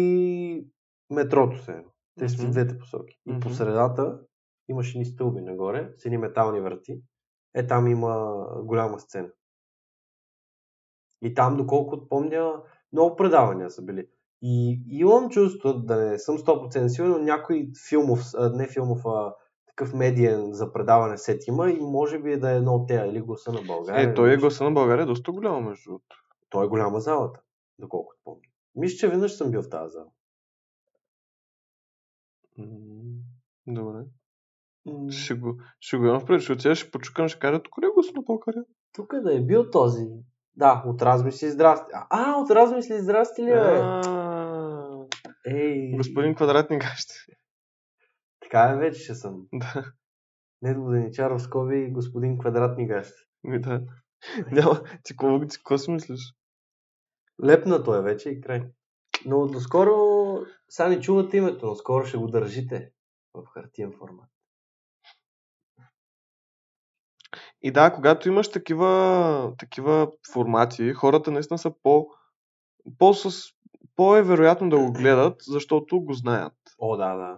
Speaker 2: и метрото се. едно. Те са в
Speaker 1: Мгм.
Speaker 2: двете посоки. И по
Speaker 1: Мгм.
Speaker 2: средата имаше ни стълби нагоре, с едни метални врати. Е, там има голяма сцена. И там, доколкото помня, много предавания са били. И имам чувство, да не съм 100% сигурен, но някой филмов, а, не филмов, а такъв медиен за предаване сет има и може би да е едно от тези, или гласа на България.
Speaker 1: Е, той е
Speaker 2: нещо.
Speaker 1: гласа на България доста голямо, между другото.
Speaker 2: Той е голяма залата, доколкото помня. Мисля, че веднъж съм бил в тази зала.
Speaker 1: М, Добре. Ще го, ще го имам в предвид, ще отида, ще почукам, ще кажа, тук ли е гласа на България?
Speaker 2: Тук да е бил този. Да, от размисли здрасти. А, а от размисли здрасти ли е?
Speaker 1: А,
Speaker 2: Ей,
Speaker 1: Господин Квадратни гащи.
Speaker 2: Така е вече ще съм.
Speaker 1: Да,
Speaker 2: Недо Деничаров Скоби и господин Квадратни гащи.
Speaker 1: ми да. Няма, ти какво ти какво си мислиш?
Speaker 2: Лепнато е вече и край. Но доскоро, сега не чувате името, но скоро ще го държите в хартиен формат.
Speaker 1: И да, когато имаш такива, такива формати, хората наистина са по, по с, по-е вероятно да го гледат, защото го знаят.
Speaker 2: О, да, да.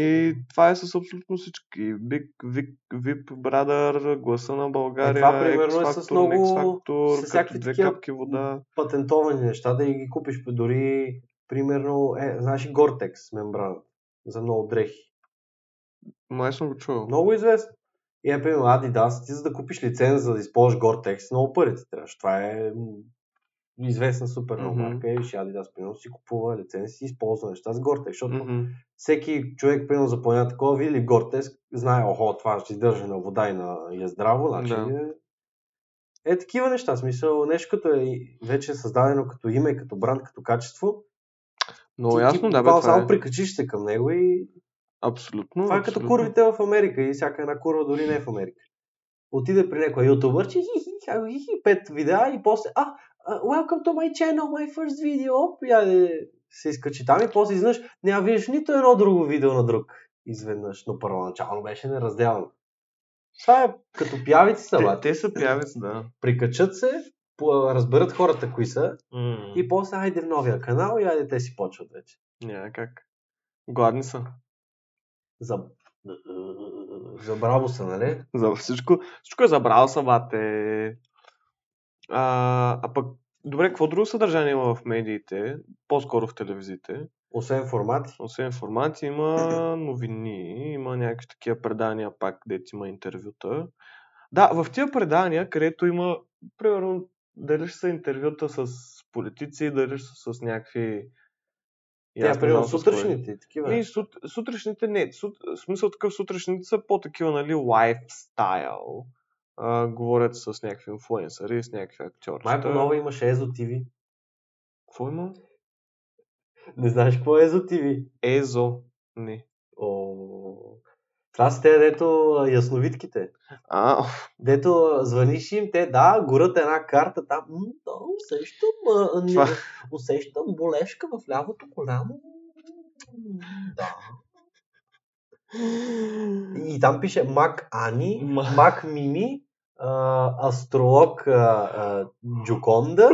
Speaker 1: И това е с абсолютно всички. Биг, Вик, Вип, Брадър, Гласа на България,
Speaker 2: Е, това примерно е с
Speaker 1: X-Factor,
Speaker 2: много-
Speaker 1: X-Factor,
Speaker 2: с
Speaker 1: като
Speaker 2: всякакви
Speaker 1: две
Speaker 2: такива-
Speaker 1: капки вода.
Speaker 2: Патентовани неща, да и ги купиш по дори, примерно, е, знаеш ли, Гортекс мембрана за много дрехи.
Speaker 1: Май съм го чувал.
Speaker 2: Много известно. И е, примерно, Adidas, ти за да купиш лиценз, за да използваш Gore-Tex, много пари ти трябваш. Това е м, известна супер mm-hmm.
Speaker 1: Мгм.
Speaker 2: марка. И виж, Adidas, примерно, си купува лиценз и използва неща с Gore-Tex, защото mm-hmm.
Speaker 1: Мгм.
Speaker 2: всеки човек, примерно, за планина такова, види Gore-Tex, знае, охо, това ще издържа на вода и на и е здраво, значи
Speaker 1: Да.
Speaker 2: е... Е, такива неща, В смисъл, нещо като е вече създадено като име, като бранд, като качество.
Speaker 1: Много
Speaker 2: ти-
Speaker 1: ясно,
Speaker 2: ти,
Speaker 1: да бе,
Speaker 2: буквално
Speaker 1: това
Speaker 2: само
Speaker 1: е.
Speaker 2: прикачиш се към него и
Speaker 1: Абсолютно.
Speaker 2: това е като
Speaker 1: абсолютно.
Speaker 2: курвите в Америка и всяка една курва дори не е в Америка. Отиде при някой ютубър, че хи, хи, хи, хи, хи, пет видеа и после, а, а, welcome to my channel, my first video, оп, яде, се изкачи там и после изведнъж няма виждаш нито едно друго видео на друг. Изведнъж, но първоначално беше неразделно. Това е като пявици са,
Speaker 1: Те,
Speaker 2: бате.
Speaker 1: те са пявец, да.
Speaker 2: Прикачат се, по- разберат хората кои са и после айде в новия канал и айде те си почват вече.
Speaker 1: Няма как. Гладни са.
Speaker 2: За, за браво са, нали?
Speaker 1: За всичко, всичко е забрал сабате. А, а пък, добре, какво друго съдържание има в медиите, по-скоро в телевизиите?
Speaker 2: Освен формати.
Speaker 1: Освен информация, има новини, има някакви такива предания пак, дето има интервюта. Да, в тия предания, където има, примерно, дали ще са интервюта с политици, дали ще са с някакви... И аз
Speaker 2: Тя,
Speaker 1: не
Speaker 2: примерно,
Speaker 1: знам с кой.
Speaker 2: сутрешните е. и такива.
Speaker 1: И сут, сутрешните не. Сут, в смисъл такъв сутрешните са по-такива, нали, лайфстайл. А, говорят с някакви инфлуенсъри, с някакви актьори.
Speaker 2: Май по нова имаше Езо ТВ.
Speaker 1: Какво има?
Speaker 2: Не знаеш какво е Езо ТВ?
Speaker 1: Езо. Не.
Speaker 2: О... Това са те, дето а, ясновидките.
Speaker 1: А,
Speaker 2: Дето а, звъниш им, те да, горят една карта там. М, да, усещам, а, а, не-
Speaker 1: Това-
Speaker 2: усещам болешка в лявото коляно. М, Да. И там пише Мак Ани,
Speaker 1: Ма-
Speaker 2: Мак Мими, а, астролог а, а, Джоконда,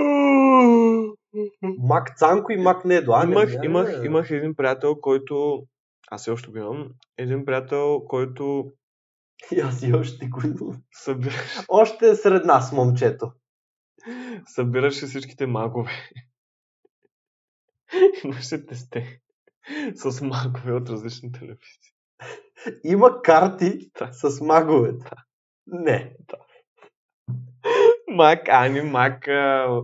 Speaker 2: Мак Цанко и Мак Недо. А, не,
Speaker 1: Ами, имах,
Speaker 2: не, не,
Speaker 1: имах,
Speaker 2: не.
Speaker 1: имах един приятел, който... Аз все още го имам. Един приятел, който
Speaker 2: И аз и още го имам.
Speaker 1: събира,
Speaker 2: Още е сред нас, момчето.
Speaker 1: събираше всичките магове. Имаше тесте с магове от различни телевизии.
Speaker 2: Има карти
Speaker 1: Да.
Speaker 2: с маговете. Не.
Speaker 1: Мак, Ани, Мак... а,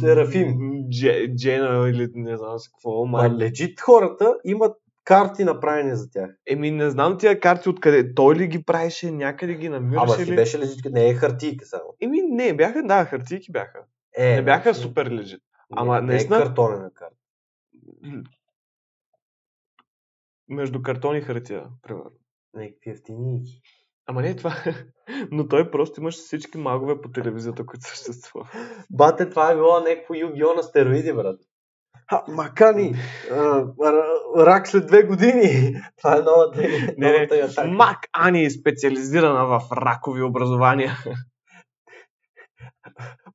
Speaker 2: Серафим.
Speaker 1: Дж- Дже- Джена или не знам си какво.
Speaker 2: Ма
Speaker 1: Мак.
Speaker 2: лежит хората имат карти направени за тях.
Speaker 1: Еми не знам тия карти откъде. Той ли ги правеше, някъде ги
Speaker 2: Ама
Speaker 1: намираше
Speaker 2: си
Speaker 1: ли?
Speaker 2: беше лежитка, не е хартийка само.
Speaker 1: Еми не, бяха, да, хартийки бяха.
Speaker 2: Е,
Speaker 1: не бяха
Speaker 2: значи,
Speaker 1: супер лежит.
Speaker 2: не,
Speaker 1: ама
Speaker 2: не
Speaker 1: наистина-
Speaker 2: е картонена карта.
Speaker 1: Между картон и хартия, примерно.
Speaker 2: Някакви ефтиники.
Speaker 1: Ама не това. е. Но той просто имаше всички магове по телевизията, които съществуват.
Speaker 2: Бате, това е било някакво югио на стероиди, брат. Ха, макани! а, ра- рак след две години! Това е новата,
Speaker 1: Не, не.
Speaker 2: новата атака.
Speaker 1: Мак Ани е специализирана в ракови образования.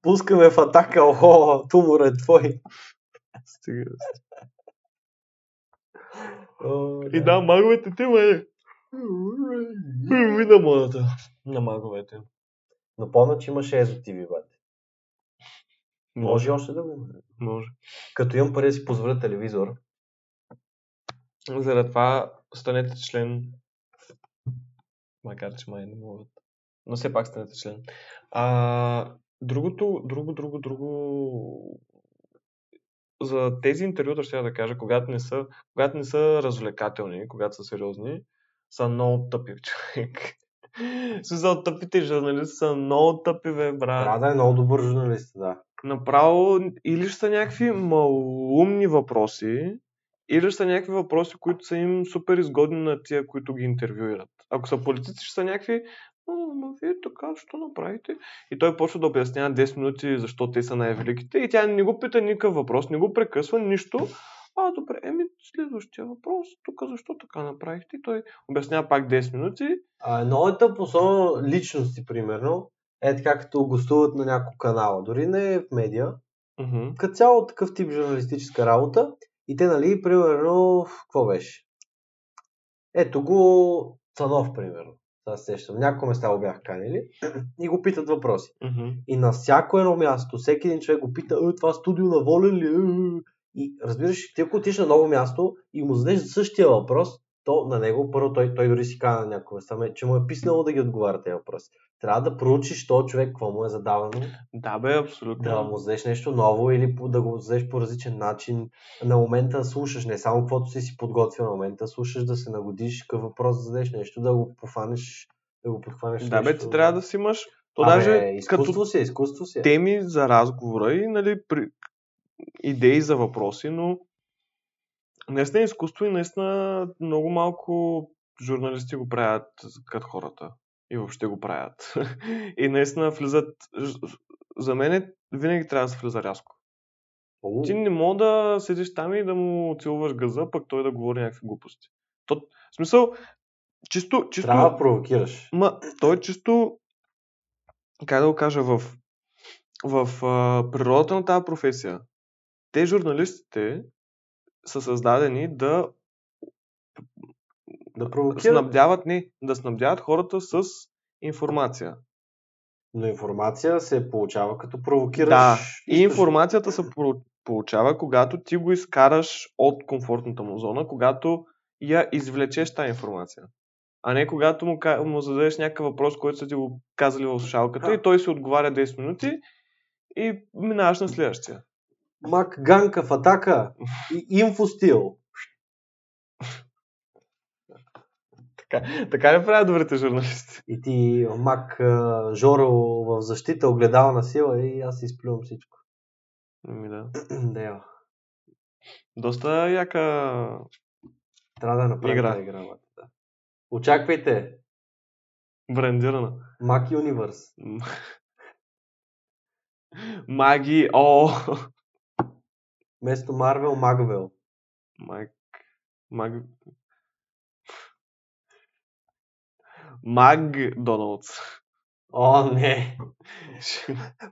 Speaker 2: Пускаме в атака, охо, тумор е твой.
Speaker 1: Стига.
Speaker 2: О,
Speaker 1: И да, маговете ти, е. ме. Мина модата. На маговете.
Speaker 2: Напомня, че имаше Езо ТВ, бате. Може още да го има.
Speaker 1: Може.
Speaker 2: Като имам пари да си позволя телевизор,
Speaker 1: Заради това станете член. Макар, че май не могат. Но все пак станете член. А, другото, друго, друго, друго... За тези интервюта ще да кажа, когато не са, когато не са развлекателни, когато са сериозни, са много тъпи, човек. В Смисъл, тъпите журналисти са много тъпи, бе, брат
Speaker 2: трябва да е много добър журналист, да.
Speaker 1: направо или ще са някакви малумни въпроси, или ще са някакви въпроси, които са им супер изгодни на тия, които ги интервюират. Ако са политици, ще са някакви «О, ма вие така, що направите? И той почва да обяснява 10 минути защо те са най-великите и тя не го пита никакъв въпрос, не го прекъсва нищо. А, добре, еми следващия въпрос, тук защо така направихте? И той обяснява пак 10 минути
Speaker 2: А, много е тъп, особено личности, примерно, е така като гостуват на няколко канала, дори не в медиа,
Speaker 1: Мгм.
Speaker 2: като цяло такъв тип журналистическа работа и те, нали, примерно, в- какво беше? Ето го Цанов, примерно. Аз сещам. Няколко места го бях канили и го питат въпроси.
Speaker 1: Мгм.
Speaker 2: И на всяко едно място, всеки един човек го пита, е, това студио на волен ли? е, е, е?» И разбираш, ти ако отиш на ново място и му зададеш същия въпрос, то на него първо той, той дори си каза на някои места, ме, че му е писнало да ги отговаря тези въпроси. Трябва да проучиш то човек, какво му е задавано,
Speaker 1: Да, бе, абсолютно.
Speaker 2: да му зададеш нещо ново или по- да го зададеш по различен начин. На момента слушаш, не само каквото си си подготвил, на момента слушаш да се нагодиш, какъв въпрос да зададеш нещо, да го пофанеш, да го подхванеш.
Speaker 1: Да, бе, ти
Speaker 2: нещо.
Speaker 1: трябва да си имаш. То
Speaker 2: Абе,
Speaker 1: даже като
Speaker 2: изкуство си е, изкуство си е.
Speaker 1: теми за разговора и нали, при... идеи за въпроси, но наистина е изкуство и наистина много малко журналисти го правят като хората. И въобще го правят. и наистина влизат... ж- За мен винаги трябва да се влиза рязко.
Speaker 2: О,
Speaker 1: Ти не мога да седиш там и да му целуваш газа, пък той да говори някакви глупости. То... В смисъл, чисто, чисто
Speaker 2: Трябва да провокираш.
Speaker 1: Ма, той е чисто, как да го кажа, в, в а, природата на тази професия. Те журналистите са създадени да
Speaker 2: Да провокираш.
Speaker 1: снабдяват, не, да снабдяват хората с информация.
Speaker 2: Но информация се получава като провокираш.
Speaker 1: Да, И
Speaker 2: източник.
Speaker 1: информацията се про- получава, когато ти го изкараш от комфортната му зона, когато я извлечеш тази информация. А не когато му, ка- му зададеш някакъв въпрос, който са ти го казали в слушалката и той си отговаря 10 минути и минаваш на следващия.
Speaker 2: Мак Ганка в атака и инфостил.
Speaker 1: Така ли правят добрите журналисти?
Speaker 2: И ти Мак а, Жоро в защита, огледална сила и аз изплювам всичко.
Speaker 1: Ми Ами да.
Speaker 2: да, е.
Speaker 1: Доста яка...
Speaker 2: трябва да направим
Speaker 1: Игра.
Speaker 2: игра. игра бе, да. Очаквайте
Speaker 1: брандирана.
Speaker 2: Мак Юниверс.
Speaker 1: М. Маги, о!
Speaker 2: Вместо Марвел, Магвел.
Speaker 1: Мак... Маг... Маг Доналдс.
Speaker 2: О, не!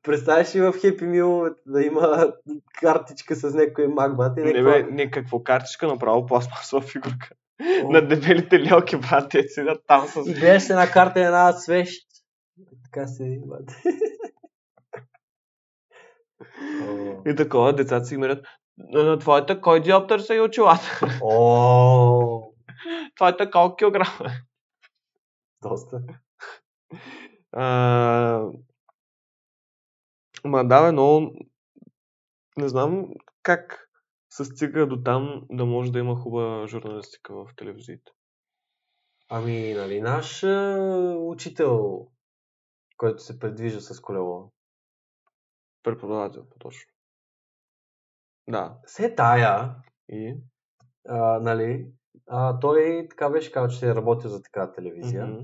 Speaker 2: Представяш ли в Хепи Мил да има картичка с някой магбат и
Speaker 1: Не,
Speaker 2: някаква...
Speaker 1: бе, не, какво картичка направо пластмасова фигурка.
Speaker 2: О. Е,
Speaker 1: На дебелите лялки, брат, те седят там с...
Speaker 2: И гледаш една карта и една свещ. Така се бате.
Speaker 1: И такова, децата си мерят. На на твоята кой диоптър са и очилата?
Speaker 2: О,
Speaker 1: Твоята колко килограма?
Speaker 2: доста.
Speaker 1: А... Ма да, бе, но не знам как се стига до там да може да има хубава журналистика в телевизиите.
Speaker 2: Ами, нали, наш е, учител, който се предвижда с колело.
Speaker 1: Преподавател, по-точно. Да.
Speaker 2: Се е тая,
Speaker 1: И?
Speaker 2: а, нали, а, той така беше казал, че е работил за такава телевизия.
Speaker 1: Мгм.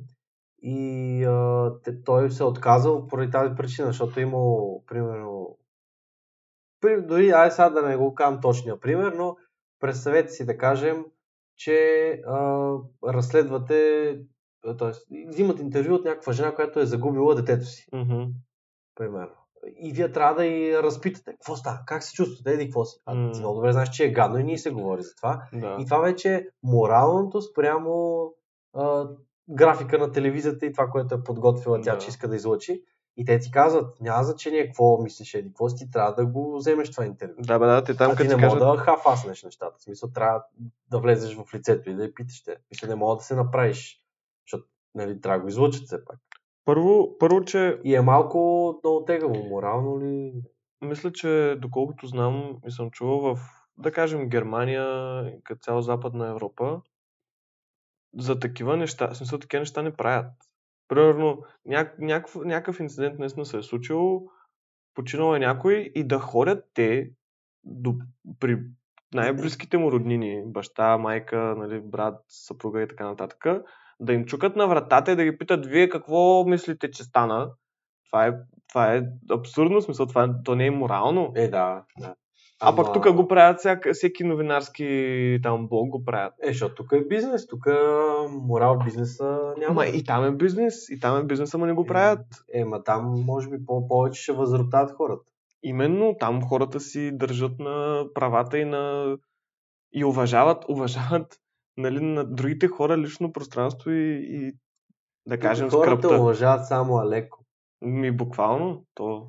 Speaker 2: И а, те, той се е отказал поради тази причина, защото е имал, примерно, при, дори, ай сега да не го казвам точния пример, но представете си да кажем, че а, разследвате, а, т.е. взимат интервю от някаква жена, която е загубила детето си,
Speaker 1: Мгм.
Speaker 2: примерно. И вие трябва да я разпитате, какво става, как се чувствате, еди, какво си. А ти
Speaker 1: М.
Speaker 2: много добре знаеш, че е гадно и ние се говори за това.
Speaker 1: Да.
Speaker 2: И това вече е моралното спрямо а, графика на телевизията и това, което е подготвила тя,
Speaker 1: Да.
Speaker 2: че иска да излъчи. И те ти казват, няма значение какво мислиш, еди, какво си ти трябва да го вземеш това интервю.
Speaker 4: Да, бе, да, те там
Speaker 2: Там, а ти
Speaker 4: като
Speaker 2: не
Speaker 4: ти
Speaker 2: мога
Speaker 4: кажат...
Speaker 2: да хафаснеш нещата. В смисъл, трябва да влезеш в лицето и да я питаш те. Мисля, не мога да се направиш, защото нали, трябва да го излъчат все пак.
Speaker 1: Първо, първо, че
Speaker 2: И е малко много тегаво, морално ли?
Speaker 1: мисля, че доколкото знам и съм чувал в, да кажем, Германия и като цяло Западна Европа, за такива неща, в смисъл такива неща не правят. Примерно, ня, някакъв, някакъв инцидент наистина се е случил, починал е някой и да ходят те до, при най-близките му роднини, баща, майка, нали, брат, съпруга и така нататък, да им чукат на вратата и да ги питат, вие какво мислите, че стана? Това е, това е абсурдно, в смисъл, това, е- то не е морално.
Speaker 2: Е, да. да.
Speaker 1: А пък тук го правят всяка, всеки новинарски там блог го правят.
Speaker 2: Е, защото тук е бизнес, тук морал в бизнеса няма.
Speaker 1: Ама и там е бизнес, и там е бизнес, ама не го правят.
Speaker 2: Е, ма там може би по- повече ще възроптат хората.
Speaker 1: Именно там хората си държат на правата и на... и уважават, уважават нали, на другите хора лично пространство и, и да кажем
Speaker 2: Тук хората
Speaker 1: скръпта.
Speaker 2: уважават само Алеко
Speaker 1: Ми буквално, то,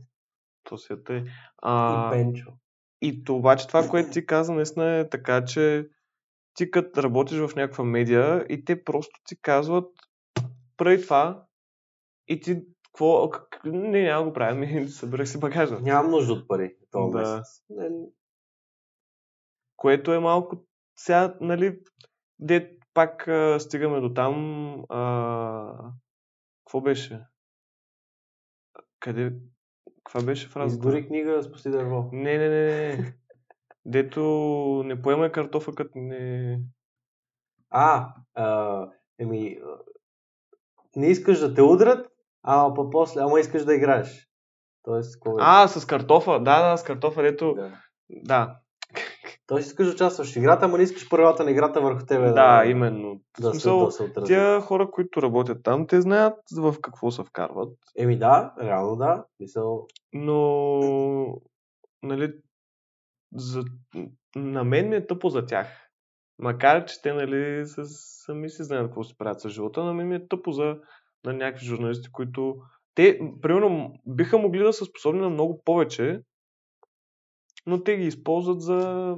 Speaker 1: то света е.
Speaker 2: и
Speaker 1: А,
Speaker 2: Пенчо.
Speaker 1: И то, обаче това, което ти каза, наистина е така, че ти като работиш в някаква медия и те просто ти казват прави това и ти какво, как, не, няма да го правя, ми събирах си багажа.
Speaker 2: Нямам нужда от пари този
Speaker 1: Да.
Speaker 2: да. месец. Не,
Speaker 1: Което е малко сега, нали, де пак а, стигаме до там, а, какво беше? Къде, каква беше фразата?
Speaker 2: изгори книга, спаси е дърво.
Speaker 1: Не, не, не, не. Дето не поемай картофа, като не...
Speaker 2: А, а еми, а, не искаш да те удрят, а па после, ама искаш да играеш. Тоест, какво е?
Speaker 1: А, с картофа, да, да, с картофа, дето...
Speaker 2: Да.
Speaker 1: Да,
Speaker 2: Тоест искаш да участваш в играта, ама не искаш правилата на играта върху тебе
Speaker 1: да, да именно.
Speaker 2: да,
Speaker 1: в
Speaker 2: се,
Speaker 1: смисъл,
Speaker 2: да се отразят.
Speaker 1: Тия хора, които работят там, те знаят в какво се вкарват,
Speaker 2: Еми да, реално да. Мисъл,
Speaker 1: но... Нали, за... на мен ми е тъпо за тях. Макар, че те, нали, са, сами си знаят какво си правят с живота, но ми ми е тъпо за на някакви журналисти, които... Те, примерно, биха могли да са способни на много повече, но те ги използват за,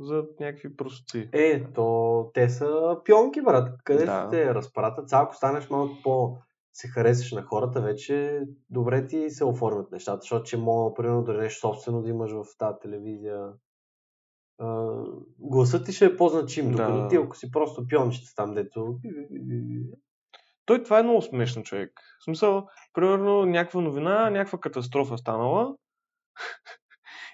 Speaker 1: за някакви простоти.
Speaker 2: е, то те са пионки, брат. Къде
Speaker 1: Да.
Speaker 2: да. те разпратят? Сега, ако станеш малко по се харесаш на хората, вече добре ти се оформят нещата, защото че мога, примерно, да нещо собствено да имаш в тази телевизия. А, гласът ти ще е по-значим,
Speaker 1: Да.
Speaker 2: докато ти, ако си просто пиончета там, дето... Е,
Speaker 1: Той това е много смешно човек. В смисъл, примерно, някаква новина, някаква катастрофа станала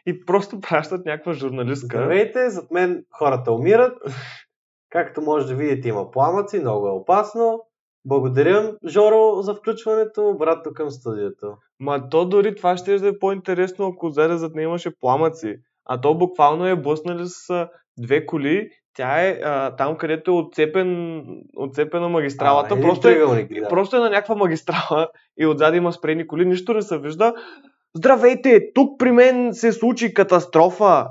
Speaker 1: и просто пращат някаква журналистка.
Speaker 2: Здравейте, зад мен хората умират. Както може да видите, има пламъци, много е опасно. Благодаря, Жоро, за включването. Брат, тук към студиото.
Speaker 1: Ма то дори това ще да е по-интересно, ако зарезът не имаше пламъци. А то буквално е блъснали с а, две коли. Тя е а, там, където е отцепен, отцепена магистралата.
Speaker 2: А, един
Speaker 1: просто, е,
Speaker 2: триъгълник, да.
Speaker 1: просто е на някаква магистрала и отзад има спрени коли. Нищо не се вижда. Здравейте! Тук при мен се случи катастрофа.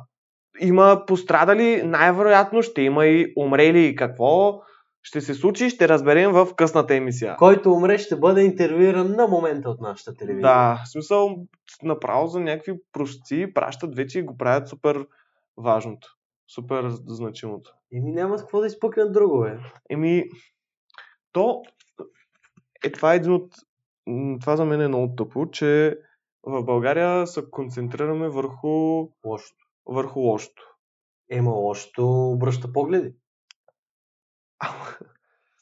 Speaker 1: Има пострадали, най-вероятно ще има и умрели. Какво ще се случи, ще разберем в късната емисия.
Speaker 2: Който умре, ще бъде интервюиран на момента от нашата телевизия.
Speaker 1: Да, в смисъл, направо за някакви прости пращат вече и го правят супер важното, супер значимото.
Speaker 2: Еми няма с какво да изпъкнат друго, бе.
Speaker 1: Еми, то, е, това е един от, м, това за мен е много тъпо, че в България се концентрираме върху,
Speaker 2: Лошото.
Speaker 1: върху лошото.
Speaker 2: Ема лошото обръща погледи.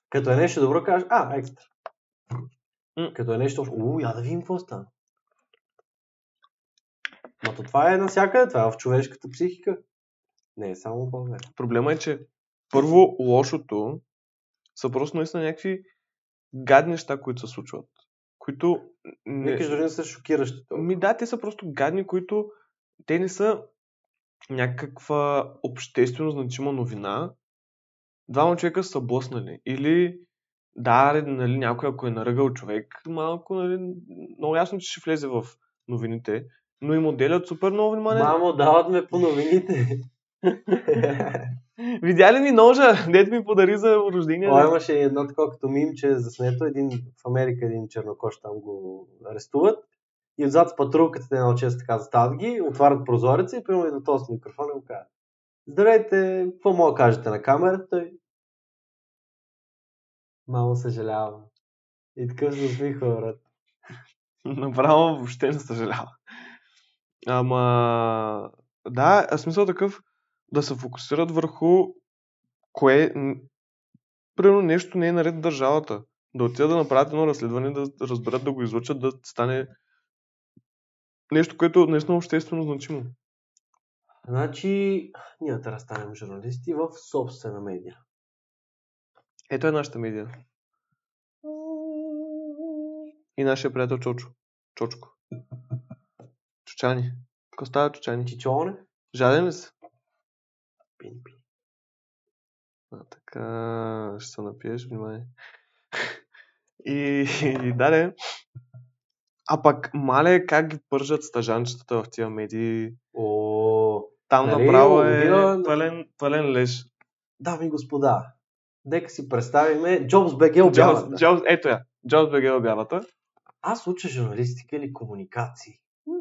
Speaker 2: Като е нещо добро, кажеш, а, екстра.
Speaker 1: М.
Speaker 2: Като е нещо, у, я да видим какво стана. Ма то това е навсякъде, това е в човешката психика. Не е само в България.
Speaker 1: Проблема е, че първо лошото са просто наистина някакви гадни неща, които се случват. Които... не-
Speaker 2: Викаш дори не са шокиращи. толкова.
Speaker 1: Ми Ами да, те са просто гадни, които те не са някаква обществено значима новина. Двама човека са блъснали. Или да, ре, нали, някой ако е наръгал човек, малко, нали, много ясно, че ще влезе в новините, но им отделят супер много внимание.
Speaker 2: Мамо, дават ме по новините.
Speaker 1: Видя ли ми ножа, дед ми подари за рождения
Speaker 2: Това
Speaker 1: ден?
Speaker 2: имаше едно такова като мимче заснето. Един в Америка, един чернокош там го арестуват. И отзад с патрулката те много често така застават ги, отварят прозореца и примерно идва този с микрофон и му казва. Здравейте, какво мога да кажете на камерата? Той. Мамо съжалявам. И такъв се усмихва, брат.
Speaker 1: Направо въобще не съжалява. Ама... Да, а смисъл такъв да се фокусират върху кое... н- Примерно нещо не е наред в държавата. Да отидат да направят едно разследване, да разберат, да го излучат, да стане нещо, което наистина е обществено значимо.
Speaker 2: Значи, ние трябва да станем журналисти в собствена медия.
Speaker 1: Ето е нашата медия. И нашия приятел Чочо. Чочко. Чучани. Какво става Чучани?
Speaker 2: Чичоне?
Speaker 1: Жаден ли си?
Speaker 2: Пин, пин.
Speaker 1: А, така, ще се напиеш, внимание. И, и дале. А пък, мале, как ги пържат стажанчетата в тия медии?
Speaker 2: О,
Speaker 1: Там
Speaker 2: Нали,
Speaker 1: направо е
Speaker 2: Олдина-
Speaker 1: пълен, пълен леж.
Speaker 2: дами и господа, нека си представиме Джобс БГ
Speaker 1: Джобс,
Speaker 2: обявата.
Speaker 1: Джобс, ето я. Джобс БГ обявата.
Speaker 2: Аз уча журналистика или комуникации. М,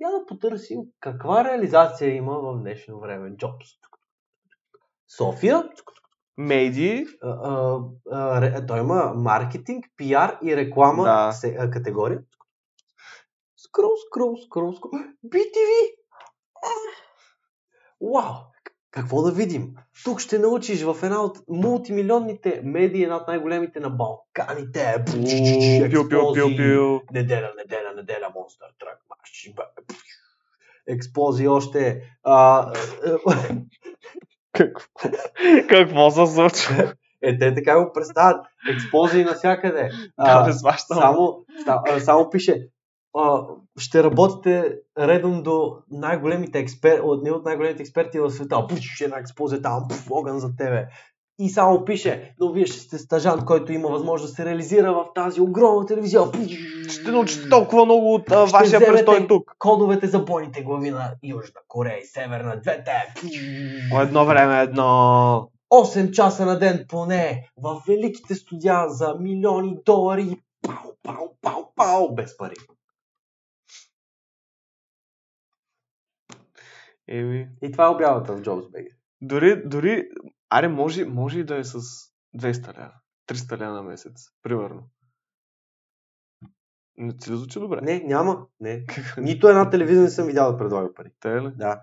Speaker 2: Я да потърсим каква реализация има в днешно време Джобс. София,
Speaker 1: Медии.
Speaker 2: а, а, а, ре- той има маркетинг, пиар и реклама
Speaker 1: Да.
Speaker 2: се, а, категория. Скрол, скрол, скрол, скрол. BTV! Ах! Вау! Какво да видим? Тук ще научиш в една от мултимилионните медии, една от най-големите на Балканите.
Speaker 1: Уу, Пил, пил, пил,
Speaker 2: Експлозии.
Speaker 1: пил.
Speaker 2: Неделя, неделя, неделя, Монстър Трак, марш, ба- Експлозии още. А, е,
Speaker 1: Какво? Какво се случва?
Speaker 2: е, те така го представят. Експлозии навсякъде.
Speaker 1: Да, не
Speaker 2: А,
Speaker 1: сващам.
Speaker 2: само, да, а, само пише. А, ще работите редом до най-големите експерти, от не от най-големите експерти в света. Пуш, ще е една експлозия там, пуш, огън за тебе. И само пише, но вие ще сте стажант, който има възможност да се реализира в тази огромна телевизия. Пуш.
Speaker 1: Ще научите толкова много от а,
Speaker 2: Ще
Speaker 1: вашия
Speaker 2: вземете
Speaker 1: престой тук.
Speaker 2: кодовете за бойните глави на Южна Корея и Северна двете.
Speaker 1: По едно време едно.
Speaker 2: 8 часа на ден поне в великите студия за милиони долари и пау, пау, пау, пау, без пари.
Speaker 1: Еми.
Speaker 2: И това е обявата в Джобс Беги.
Speaker 1: Дори, дори, аре, може, може и да е с 200 лева, 300 лева на месец, примерно. Не ти ли звучи добре?
Speaker 2: Не, няма. Не. Нито една телевизия не съм видял да предлага пари.
Speaker 1: Те ли?
Speaker 2: Да.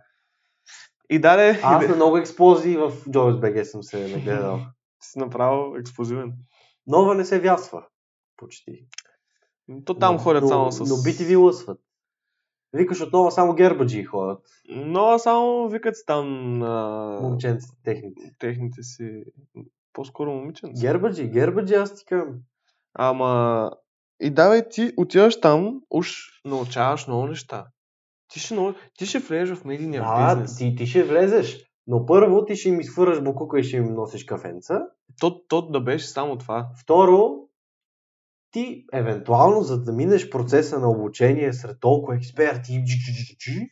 Speaker 1: И дале,
Speaker 2: Аз
Speaker 1: Аз...
Speaker 2: на много експлозии в Джобс Беги съм се нагледал.
Speaker 1: си направил експлозивен.
Speaker 2: Нова не се вясва. Почти.
Speaker 1: То там
Speaker 2: Но-
Speaker 1: ходят
Speaker 2: но-
Speaker 1: само с...
Speaker 2: Но бити ви лъсват. Викаш отново само гербаджи ходят.
Speaker 1: Но само викат си там на
Speaker 2: Момченца, техните.
Speaker 1: техните си... По-скоро момиченца.
Speaker 2: Гербаджи, гербаджи, аз ти кажа.
Speaker 1: Ама... И давай ти отиваш там, уж научаваш много неща. Ти ще, нау- ти ще влезеш в медийния
Speaker 2: Да,
Speaker 1: бизнес.
Speaker 2: ти, ти ще влезеш. Но първо ти ще им изфъраш букука и ще им носиш кафенца.
Speaker 1: То, то да беше само това.
Speaker 2: Второ, ти евентуално, за да минеш процеса на обучение сред толкова експерти, джи, джи, джи, джи,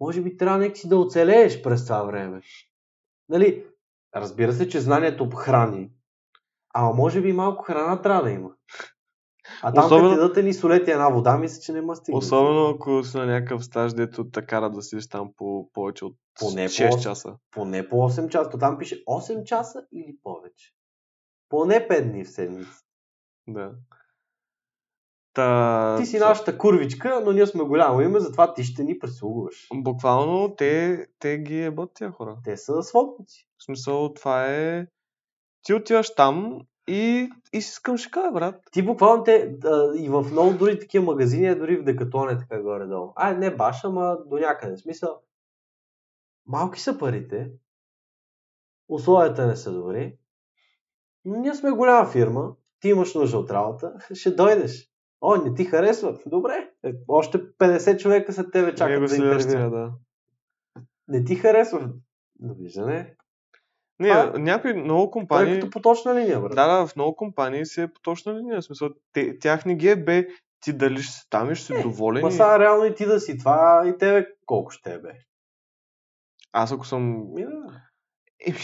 Speaker 2: може би трябва някак си да оцелееш през това време. Нали, разбира се, че знанието храни, а може би малко храна трябва да има. А там Особено...
Speaker 1: Особено-
Speaker 2: като ти дадат ни солети една вода, мисля, че не ма стигне.
Speaker 1: Особено ако си на някакъв стаж, дето те карат да седиш там по повече от
Speaker 2: Поне
Speaker 1: 6
Speaker 2: по-
Speaker 1: часа.
Speaker 2: Поне по 8 часа. То там пише 8 часа или повече. Поне 5 дни в седмица.
Speaker 1: Да. Та,
Speaker 2: Ти си нашата курвичка, но ние сме голямо име, затова ти ще ни прислугуваш.
Speaker 1: Буквално те, те ги ебат тия хора.
Speaker 2: Те са свободници.
Speaker 1: В смисъл това е... Ти отиваш там и, и си искам шика, брат.
Speaker 2: Ти буквално те а, и в много други такива магазини, а дори в Декатлон е така горе-долу. А, не баш, ама до някъде. В смисъл, малки са парите, условията не са добри, но ние сме голяма фирма, ти имаш нужда от работа, ще дойдеш. О, не ти харесва? Добре. Е, още 50 човека след тебе
Speaker 1: Ние
Speaker 2: чакат
Speaker 1: го
Speaker 2: за
Speaker 1: следващия,
Speaker 2: интервю.
Speaker 1: да.
Speaker 2: Не ти харесва? Довиждане.
Speaker 1: Не,
Speaker 2: Това е-
Speaker 1: някои много
Speaker 2: Това
Speaker 1: компании...
Speaker 2: е като поточна линия, брат.
Speaker 1: Да, да, в много компании си е поточна линия. В смисъл, те, тях не ги е бе ти дали ще си там и ще си
Speaker 2: Е,
Speaker 1: доволен.
Speaker 2: Ма
Speaker 1: и-
Speaker 2: сега реално и ти да си това и тебе колко ще е, бе.
Speaker 1: Аз ако съм
Speaker 2: Ми, да.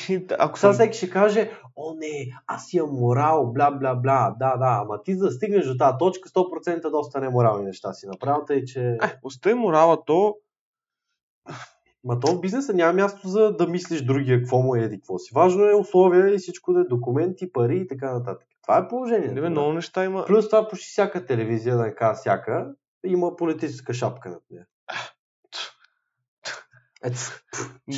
Speaker 1: Еми, да, ако съм...
Speaker 2: Сега всеки ще каже, о не, аз имам морал, бла, бла, бла, да, да, ама ти за да стигнеш до тази точка, 100% доста неморални неща си направил, тъй че...
Speaker 1: Е, Остави морала, то
Speaker 2: Ма то в бизнеса няма място за да мислиш другия какво му е, еди, какво си. Важно е условия и всичко да е документи, пари и така нататък. Това е положението.
Speaker 1: не бе,
Speaker 2: да.
Speaker 1: много неща има.
Speaker 2: Плюс това почти всяка телевизия, да не кажа всяка, има политическа шапка над нея. Ето,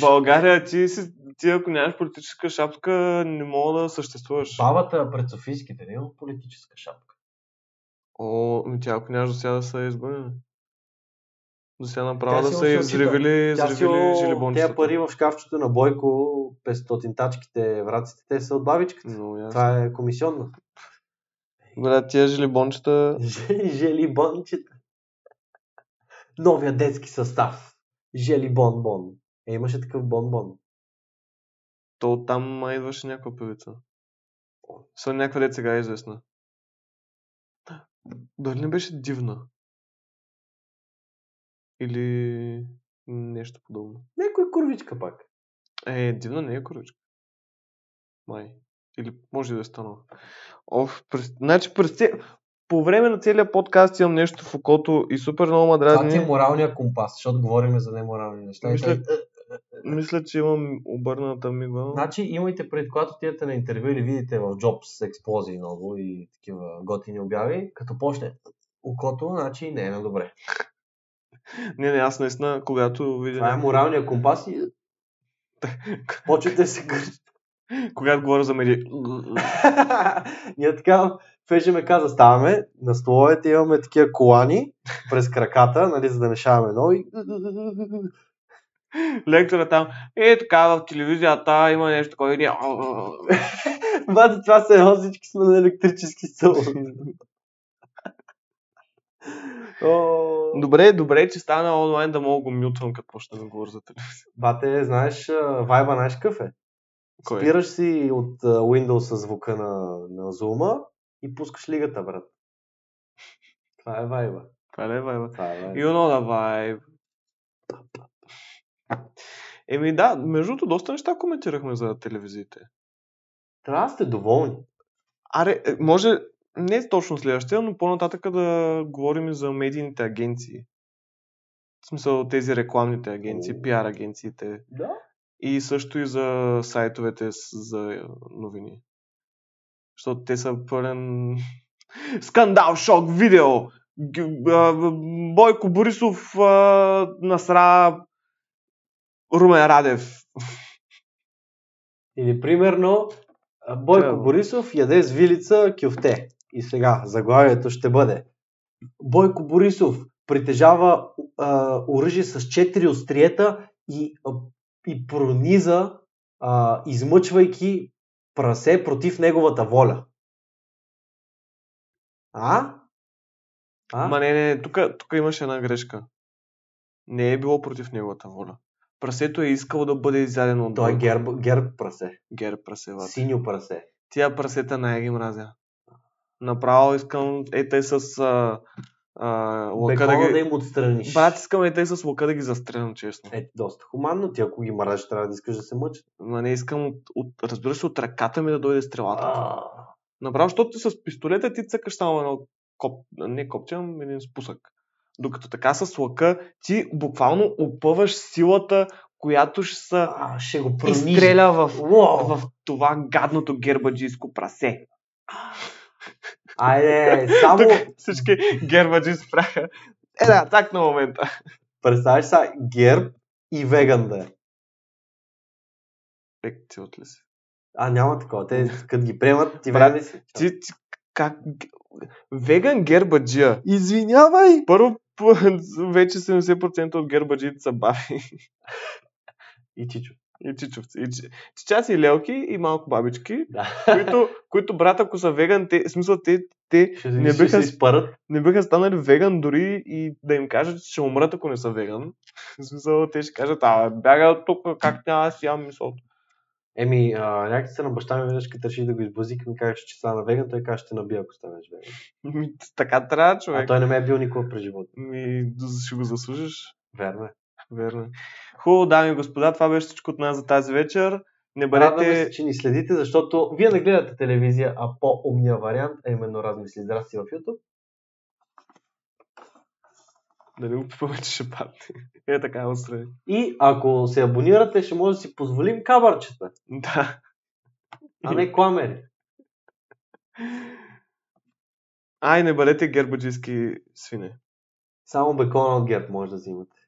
Speaker 1: България, ти, си, ти ако нямаш политическа шапка, не мога да съществуваш.
Speaker 2: бабата пред Софийските не има политическа шапка.
Speaker 1: О, ми тя ако нямаш до сега да са избърнени. До сега направо
Speaker 2: Тя
Speaker 1: да
Speaker 2: си
Speaker 1: са и
Speaker 2: отсъщита.
Speaker 1: взривили,
Speaker 2: Тя си
Speaker 1: взривили
Speaker 2: тя
Speaker 1: жилибончетата.
Speaker 2: пари в шкафчето на Бойко, 500 тачките, враците, те са от бабичката.
Speaker 1: Много ясно.
Speaker 2: Това е комисионна.
Speaker 1: Бля, тия жилибончета...
Speaker 2: Ж- Желибончета. Новия детски състав. Желибонбон. Е, имаше такъв бонбон.
Speaker 1: То оттам май идваше някаква певица. Са някаква дет сега е известна. Дали не беше дивна? Или нещо подобно.
Speaker 2: Някой курвичка пак.
Speaker 1: Е, дивна не е коричка. Май. Или може и да е станала. Оф, през... значи през те... По време на целия подкаст имам нещо в окото и супер много ма
Speaker 3: Това ти е
Speaker 2: Значи
Speaker 1: дразни.
Speaker 3: моралния компас, защото говорим за неморални неща.
Speaker 1: Мисля- е,
Speaker 3: Мисля...
Speaker 1: Мисля, че имам обърната мигла.
Speaker 3: Значи имайте пред, когато отидете на интервю или видите в Jobs експлозии много и такива готини обяви, като почне окото, значи не е на добре.
Speaker 1: Не, не, аз наистина, когато видя...
Speaker 2: Това е моралния компас и... Почвате да се гърчи.
Speaker 1: Когато говоря за меди...
Speaker 2: Ние така, Фежи ме каза, ставаме на столовете, имаме такива колани през краката, нали, за да не шаваме много. И...
Speaker 1: Лектора там, е така в телевизията има нещо е. такова и ние...
Speaker 2: Бати, това са едно, всички сме на електрически стол. О,
Speaker 1: Добре, добре, че стана онлайн да мога го мютвам, като почна да говоря за телевизия.
Speaker 2: Бате, знаеш, а, вайба знаеш какъв е?
Speaker 1: Кой?
Speaker 2: Спираш си от а, Windows звука на, на Zoom и пускаш лигата, брат. Това е вайба.
Speaker 1: Това ли е вайба?
Speaker 2: Това е вайба.
Speaker 1: You know the vibe. Еми да, между другото, доста неща коментирахме за телевизиите.
Speaker 2: Трябва да сте доволни.
Speaker 1: Аре, е, може не точно следващия, но по-нататък да говорим и за медийните агенции. В смисъл тези рекламните агенции,
Speaker 2: О.
Speaker 1: пиар агенциите.
Speaker 2: Да.
Speaker 1: И също и за сайтовете с- за е, новини. Защото те са пълен скандал, шок, видео. Г- а, Бойко Борисов а, насра Румен Радев.
Speaker 2: Или примерно а, Бойко
Speaker 1: Трябва.
Speaker 2: Борисов яде с вилица кюфте. И сега заглавието ще бъде Бойко Борисов притежава а, оръжие с четири остриета и, а, и прониза, а, измъчвайки прасе против неговата воля. А? А?
Speaker 1: Ма не, не, тук, тук имаше една грешка. Не е било против неговата воля. Прасето е искало да бъде изядено от
Speaker 2: Той е
Speaker 1: Бойко.
Speaker 2: герб, герб прасе.
Speaker 1: Герб прасева.
Speaker 2: Синьо прасе.
Speaker 1: Тия прасета най ги мразя. Направо искам е те с а, а, лъка да
Speaker 2: Бекона да
Speaker 1: ги...
Speaker 2: им отстраниш.
Speaker 1: Брат, искам е те с лъка да ги застрелям, честно.
Speaker 2: Е, доста хуманно. Ти ако ги мразиш, трябва да искаш да се мъчат.
Speaker 1: Ма не искам, от, от, разбира се, от ръката ми да дойде стрелата. Направо, защото ти с пистолета ти цъкаш само едно коп, не копче, ами един спусък. Докато така с лъка, ти буквално опъваш силата, която ще се
Speaker 2: А, ще го пронижа.
Speaker 1: изстреля в,
Speaker 2: Уау!
Speaker 1: в това гадното гербаджийско прасе.
Speaker 2: Айде, само
Speaker 1: Тук всички гербаджи спряха. Е да, так на момента.
Speaker 2: представяш сега герб и веган да е.
Speaker 1: Ек, ти от ли си?
Speaker 2: А, няма такова. Те като ги приемат, ти
Speaker 1: Брат,
Speaker 2: веган ли си.
Speaker 1: Ти, ти как... Веган гербаджия.
Speaker 2: Извинявай!
Speaker 1: Първо, п- вече 70% от гербаджиите са баби
Speaker 2: И чичо.
Speaker 1: и чичовци. И, чи- чичаци и лелки и малко бабички,
Speaker 2: Да.
Speaker 1: които, които брат, ако са веган, те, в смисъл, те, те
Speaker 2: Ще,
Speaker 1: Не
Speaker 2: не
Speaker 1: биха
Speaker 2: биха се изпарат.
Speaker 1: не биха станали веган дори и да им кажат, че ще умрат, ако не са веган. В смисъл, те ще кажат, а бяга от тук, как няма да си ям мисълта.
Speaker 2: Еми, а, някакси се на баща ми веднъж, като реших да го избузик, ми казваше, че стана веган, той каже, ще набия, ако станеш веган.
Speaker 1: Ми, Така трябва,
Speaker 2: А
Speaker 1: човек.
Speaker 2: той не ме е бил никога през живота.
Speaker 1: Ми, ще го заслужиш.
Speaker 2: Верно е.
Speaker 1: Верно. е. Хубаво, дами и господа, това беше всичко от нас за тази вечер. Не
Speaker 2: Радваме
Speaker 1: бъдете...
Speaker 2: се, че ни следите, защото вие не гледате телевизия, а по-умния вариант, а именно размисли. Здрасти в YouTube.
Speaker 1: Да не го пипаме, че ще падне. Е така, отстрани.
Speaker 2: И ако се абонирате, ще може да си позволим кабърчета,
Speaker 1: Да.
Speaker 2: а не кламери.
Speaker 1: Ай, не бъдете гербаджийски свине.
Speaker 2: Само бекона от герб може да взимате.